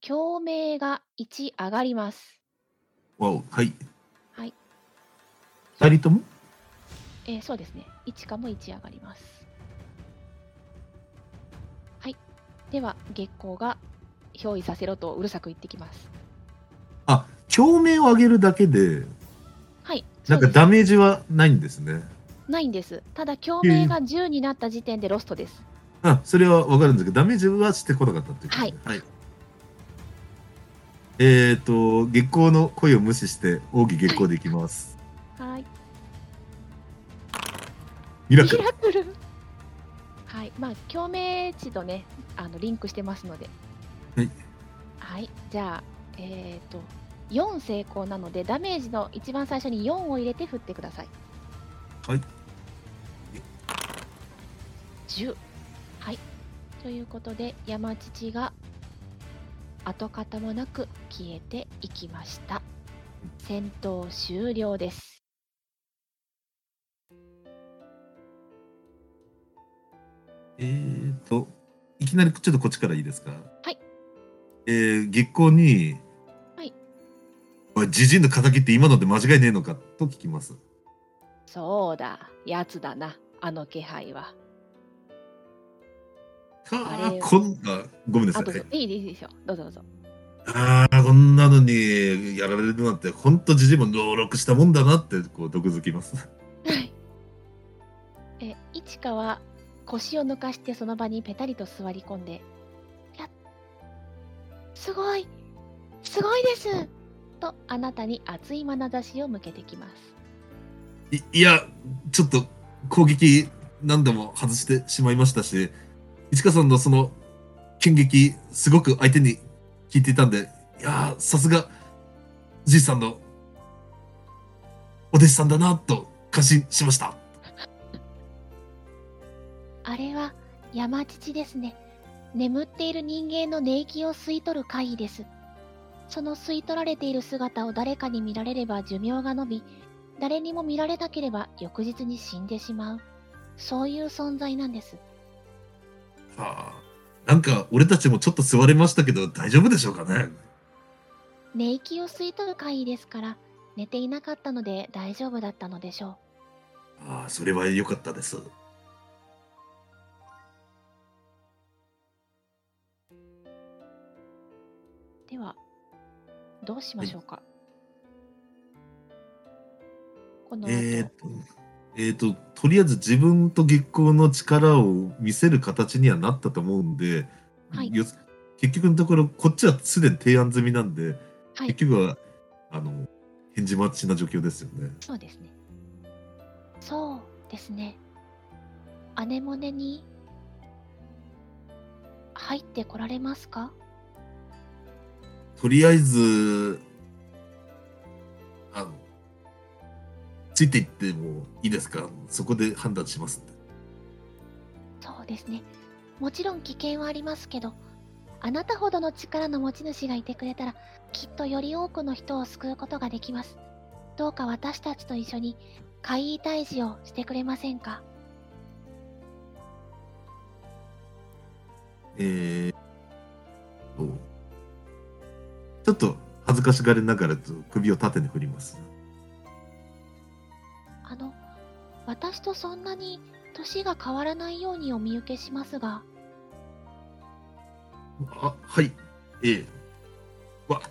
共鳴が1上がります。わお、はい。はい。二人ともえーそうですね。1かも1上がります。では月光が憑依させろとうるさく言ってきますあ、共鳴を上げるだけで、はいなそんかうですダメージはないんですね。ないんですただ共鳴が10になった時点でロストですあ、それはわかるんですけど、ダメージはしてこなかったっていうことはいね、はい。えっ、と、月光の声を無視して、奥義月光でいきます。はいミラミクル。ラクルはいまあ共鳴値とねあのリンクしてますのでははい、はい、じゃあえっ、と4成功なのでダメージの一番最初に4を入れて振ってくださいはい10はいということで山父が跡形もなく消えていきました戦闘終了ですえっ、と、いきなりちょっとこっちからいいですか。はい。えー、月光に、はい。おい、じじいの敵って今ので間違いねえのかと聞きます。そうだ、やつだな、あの気配は。あかれあ、こんな、ごめんなあ、さどういぞ。、いいですよ、どうぞどうぞ。ああ、こんなのにやられるなんて、ほんとじじいも能力したもんだなって、こう、毒づきます。え、いちかは腰を抜かしてその場にペタリと座り込んで、やすごい、すごいですとあなたに熱い眼差しを向けてきます。いいや、ちょっと攻撃何度も外してしまいましたし、市川さんのその剣撃、すごく相手に聞いていたんで、いやー、さすが、じいさんのお弟子さんだなと感心しました。あれは山父ですね。眠っている人間の寝息を吸い取る怪異です。その吸い取られている姿を誰かに見られれば寿命が延び、誰にも見られなければ翌日に死んでしまう。そういう存在なんです。はあ、なんか俺たちもちょっと座れましたけど、大丈夫でしょうかね。寝息を吸い取る怪異ですから、寝ていなかったので大丈夫だったのでしょう。ああ、それは良かったです。では、どうしましょうか。この後、えーっと、えーっと、とりあえず自分と月光の力を見せる形にはなったと思うんで、はいよ結局のところ、こっちはすでに提案済みなんで、はい結局は、あの、返事待ちな状況ですよね。そうですね。そうですね。アネモネに入ってこられますかとりあえず、あの、ついていってもいいですかそこで判断しますんで。そうですね。もちろん危険はありますけど、あなたほどの力の持ち主がいてくれたら、きっとより多くの人を救うことができます。どうか私たちと一緒に怪異退治をしてくれませんかえーと、ちょっと恥ずかしがりながらちょっと首を縦に振ります。あの、私とそんなに年が変わらないようにお見受けしますが、あ、はい。ええ。わ、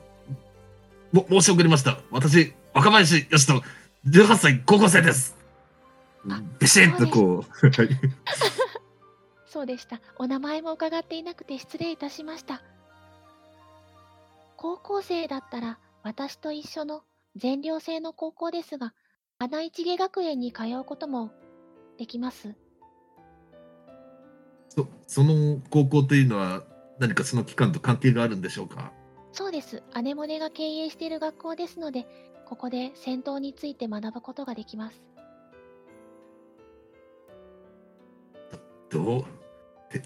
も、申し遅れました。私、若林よしと、18歳高校生です。あビシッとこう。はい。そうでした。お名前も伺っていなくて失礼いたしました。高校生だったら私と一緒の全寮制の高校ですが、花一芸学園に通うこともできます。そその高校というのは、何かその期間と関係があるんでしょうかそうです。姉もねが経営している学校ですので、ここで戦闘について学ぶことができます。どうて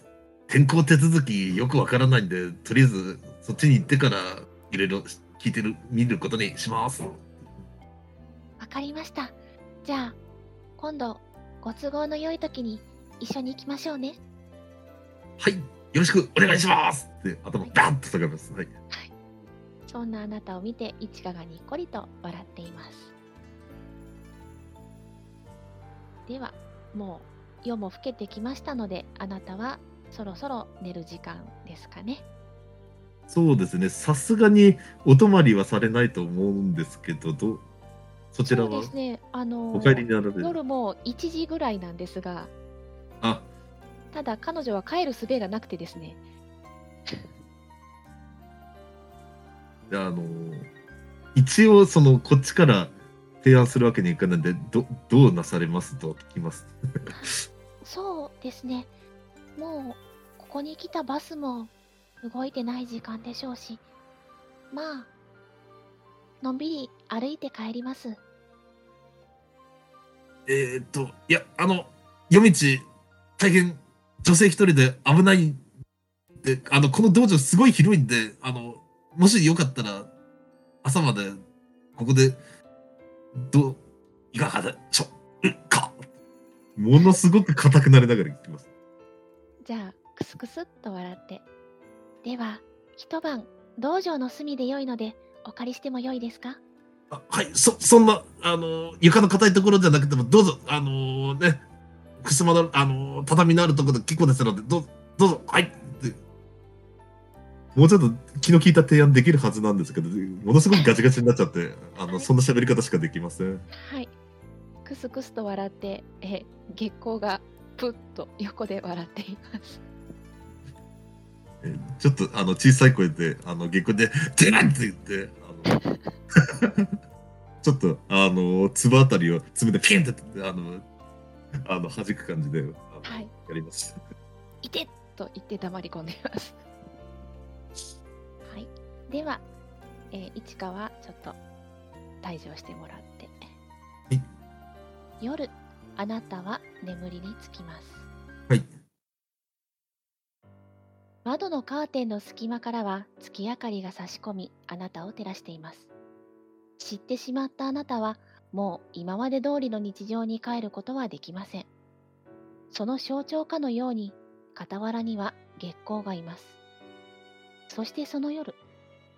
転校手続きよくわからないんで、とりあえずそっちに行ってから、いろいろ聞いてる、見ることにします。わかりました。じゃあ、今度、ご都合の良い時に一緒に行きましょうね。はい、よろしくお願いしますって頭バンと下がります。はい。そんなあなたを見て、いちかがにっこりと笑っています。では、もう夜も更けてきましたので、あなたはそろそろ寝る時間ですかね。そうですね、さすがにお泊まりはされないと思うんですけど、どうそちらそうはですね。あのーお帰りになられる、夜も1時ぐらいなんですが、あただ彼女は帰る術がなくてですね、じゃあ、あのー一応、そのこっちから提案するわけにいかないんで、どどうなされますと聞きます。そうですね。もう、ここに来たバスも動いてない時間でしょうし、まあ、のんびり歩いて帰ります。えーっと、いや、あの、夜道、大変、女性一人で危ないんで、あの、この道場すごい広いんで、あの、もしよかったら、朝まで、ここで、どう、いかがでしょうかものすごく硬くなりながら言ってます。じゃあ、クスクスっと笑って。では、一晩、道場の隅で良いので、お借りしても良いですかあはい、そ、そんな、あの、床の硬いところじゃなくても、どうぞ、あのね、ふすまの、あの畳のあるところで結構ですので、どうどうぞ、はいってもうちょっと気の利いた提案できるはずなんですけど、ものすごくガチガチになっちゃって、あの、そんな喋り方しかできません。はい。クスクスと笑って、え、月光がプッと横で笑っています。えちょっと、あの、小さい声で、あの、下校で、てらんって言って、あの、 ちょっと、あの、つばあたりを爪でピンってやって、あの、あの、弾く感じで、あのはい。やりました。いてっと言って黙り込んでいます。はい。では、えー、いちかはちょっと退場してもらって。い夜、あなたは眠りにつきます。はい。窓のカーテンの隙間からは月明かりが差し込み、あなたを照らしています。知ってしまったあなたは、もう今まで通りの日常に帰ることはできません。その象徴かのように、傍らには月光がいます。そしてその夜、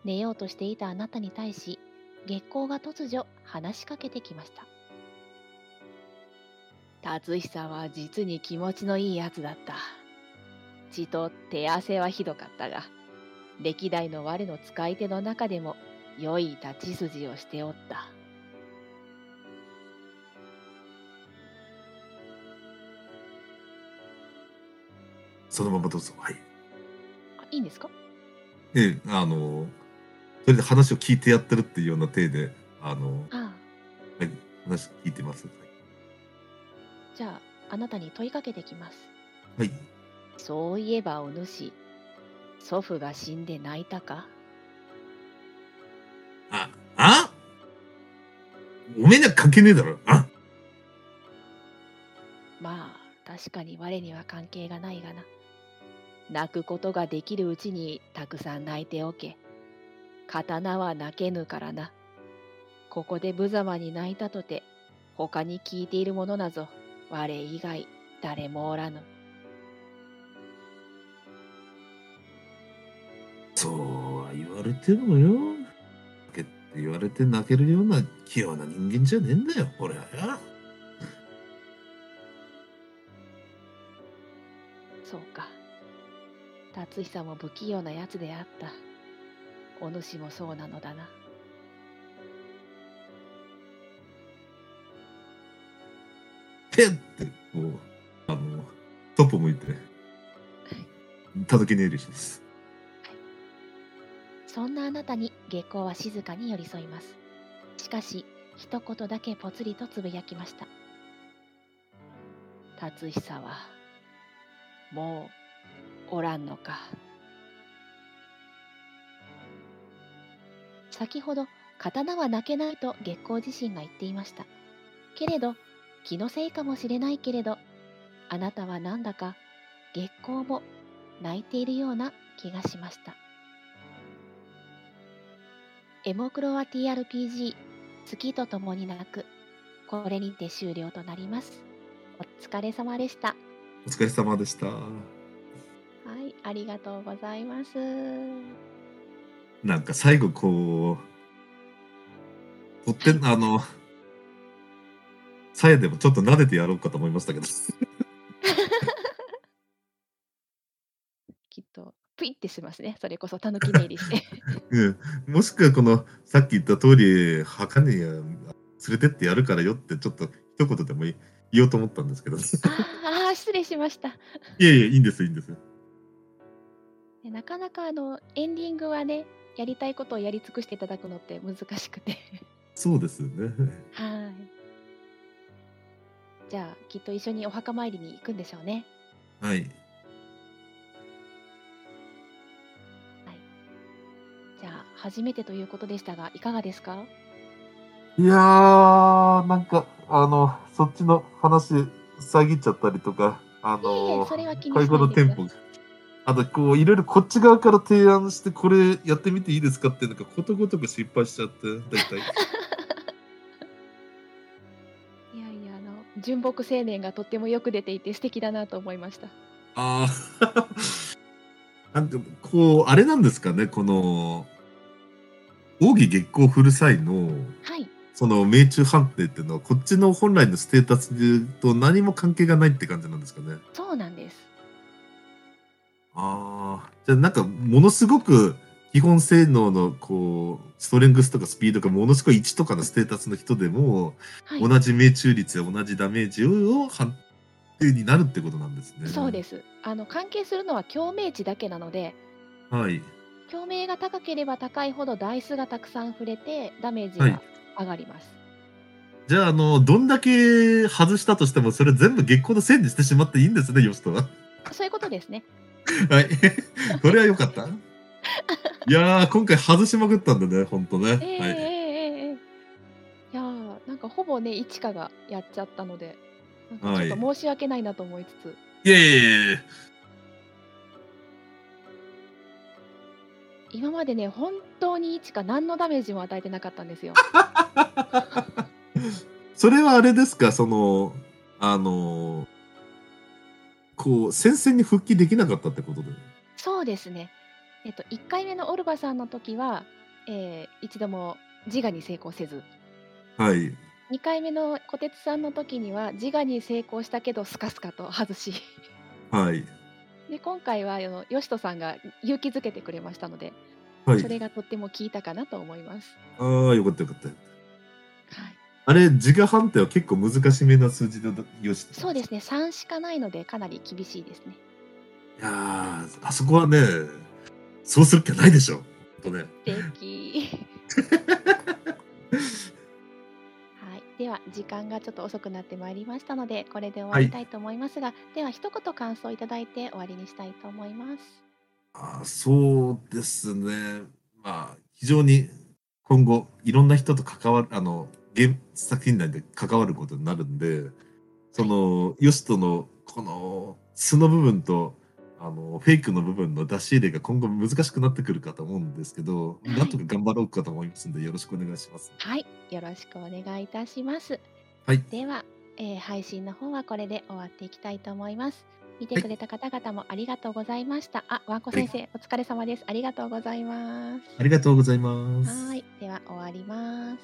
寝ようとしていたあなたに対し、月光が突如話しかけてきました。達久は実に気持ちのいいやつだった。血と手汗はひどかったが、歴代の我の使い手の中でも良い立ち筋をしておった。そのままどうぞ。はい。あいいんですかええ、あの、それで話を聞いてやってるっていうような体で、あの、ああ、はい、話聞いてます。じゃああなたに問いかけてきます。はい。そういえばお主、祖父が死んで泣いたかあ、あおめえには関係ねえだろ。あまあ、確かに我には関係がないがな。泣くことができるうちにたくさん泣いておけ。刀は泣けぬからな。ここで無様に泣いたとて、他に聞いているものなぞ、我以外誰もおらぬ。そうは言われてもよ。泣けって言われて泣けるような器用な人間じゃねえんだよ、俺はよ。そうか。達久も不器用なやつであった。お主もそうなのだな。ペンって、こう、あの、トップ向いて、叩き寝入りします。そんなあなたに下校は静かに寄り添います。しかし、一言だけぽつりとつぶやきました。達久は、もう、おらんのか。先ほど、刀は泣けないと月光自身が言っていました。けれど、気のせいかもしれないけれど、あなたはなんだか月光も泣いているような気がしました。エモクロワ TRPG 月と共に泣くこれにて終了となりますお疲れ様でしたお疲れ様でした。はいありがとうございますなんか最後こう、とってん、あの、さやでもちょっと撫でてやろうかと思いましたけど。ってしますね。そ れこそ狸寝入りして。うん、もしくはこのさっき言った通り儚いや連れてってやるからよってちょっと一言でもい言おうと思ったんですけどいああ、失礼しました。やいやいいんですいいんですでなかなかあのエンディングはねやりたいことをやり尽くしていただくのって難しくてそうですよね はいじゃあきっと一緒にお墓参りに行くんでしょうねはいじゃあ初めてということでしたがいかがですかいやーなんかあのそっちの話遮っちゃったりとかあいえいえのそれは気にし会合なのいでテすンポあとこういろいろこっち側から提案してこれやってみていいですかっていうのがことごとく失敗しちゃって 大体いやいやあの純朴青年がとってもよく出ていて素敵だなと思いましたああ。なんかこう、あれなんですかね、この、奥義月光振る際の、はいその命中判定っていうのは、こっちの本来のステータスと何も関係がないって感じなんですかね。そうなんですああ。じゃあなんか、ものすごく、基本性能の、こう、ストレングスとかスピードがものすごい1とかのステータスの人でも、はい同じ命中率や同じダメージを判定になるってことなんですね。。そうですすあの関係するのは共鳴値だけなのではい。共鳴が高ければ高いほどダイスがたくさん触れてダメージが上がります、じゃあ、あの、どんだけ外したとしても、それ全部月光のせいにしてしまっていいんですね、ヨシトは。そういうことですね はい。それは良かった。いやー、今回外しまくったんだね、ほんとね。えええはい。えええいやーなんかほぼね一華がやっちゃったのでなんかちょっはと申し訳ないなと思いつつ、いやいやいやいや今までね本当に一華何のダメージも与えてなかったんですよそれはあれですか、その、あの、こう、戦線に復帰できなかったってことで。そうですねえっと1回目のオルバさんの時は、えー一度も自我に成功せずはい。 2回目の小鉄さんの時には自我に成功したけどスカスカと外しはい。で今回はあのよしとさんが勇気づけてくれましたので、はそれい。がとっても効いたかなと思います。あー、よかったよかった。はいあれ、自我判定は結構難しめな数字でよし。そうですね、3しかないので、かなり厳しいですね。いやーあそこはね、そうするっきゃないでしょ。ほんとね。素敵はい、では、時間がちょっと遅くなってまいりましたので、これで終わりたいと思いますが、では、一言感想をいただいて終わりにしたいと思います。あーそうですね。まあ、非常に今後、いろんな人と関わる、あの、ゲーム作品内で関わることになるんで、その、ヨシトのこの素の部分と、あの、フェイクの部分の出し入れが今後難しくなってくるかと思うんですけど、はいなんとか頑張ろうかと思いますんで、よろしくお願いします。はい、よろしくお願いいたします。はい。では、えー配信の方はこれで終わっていきたいと思います。見てはいくれた方々もありがとうございました。あ、わんこ先生、お疲れ様です。ありがとうございます。ありがとうございます。はい、では終わります。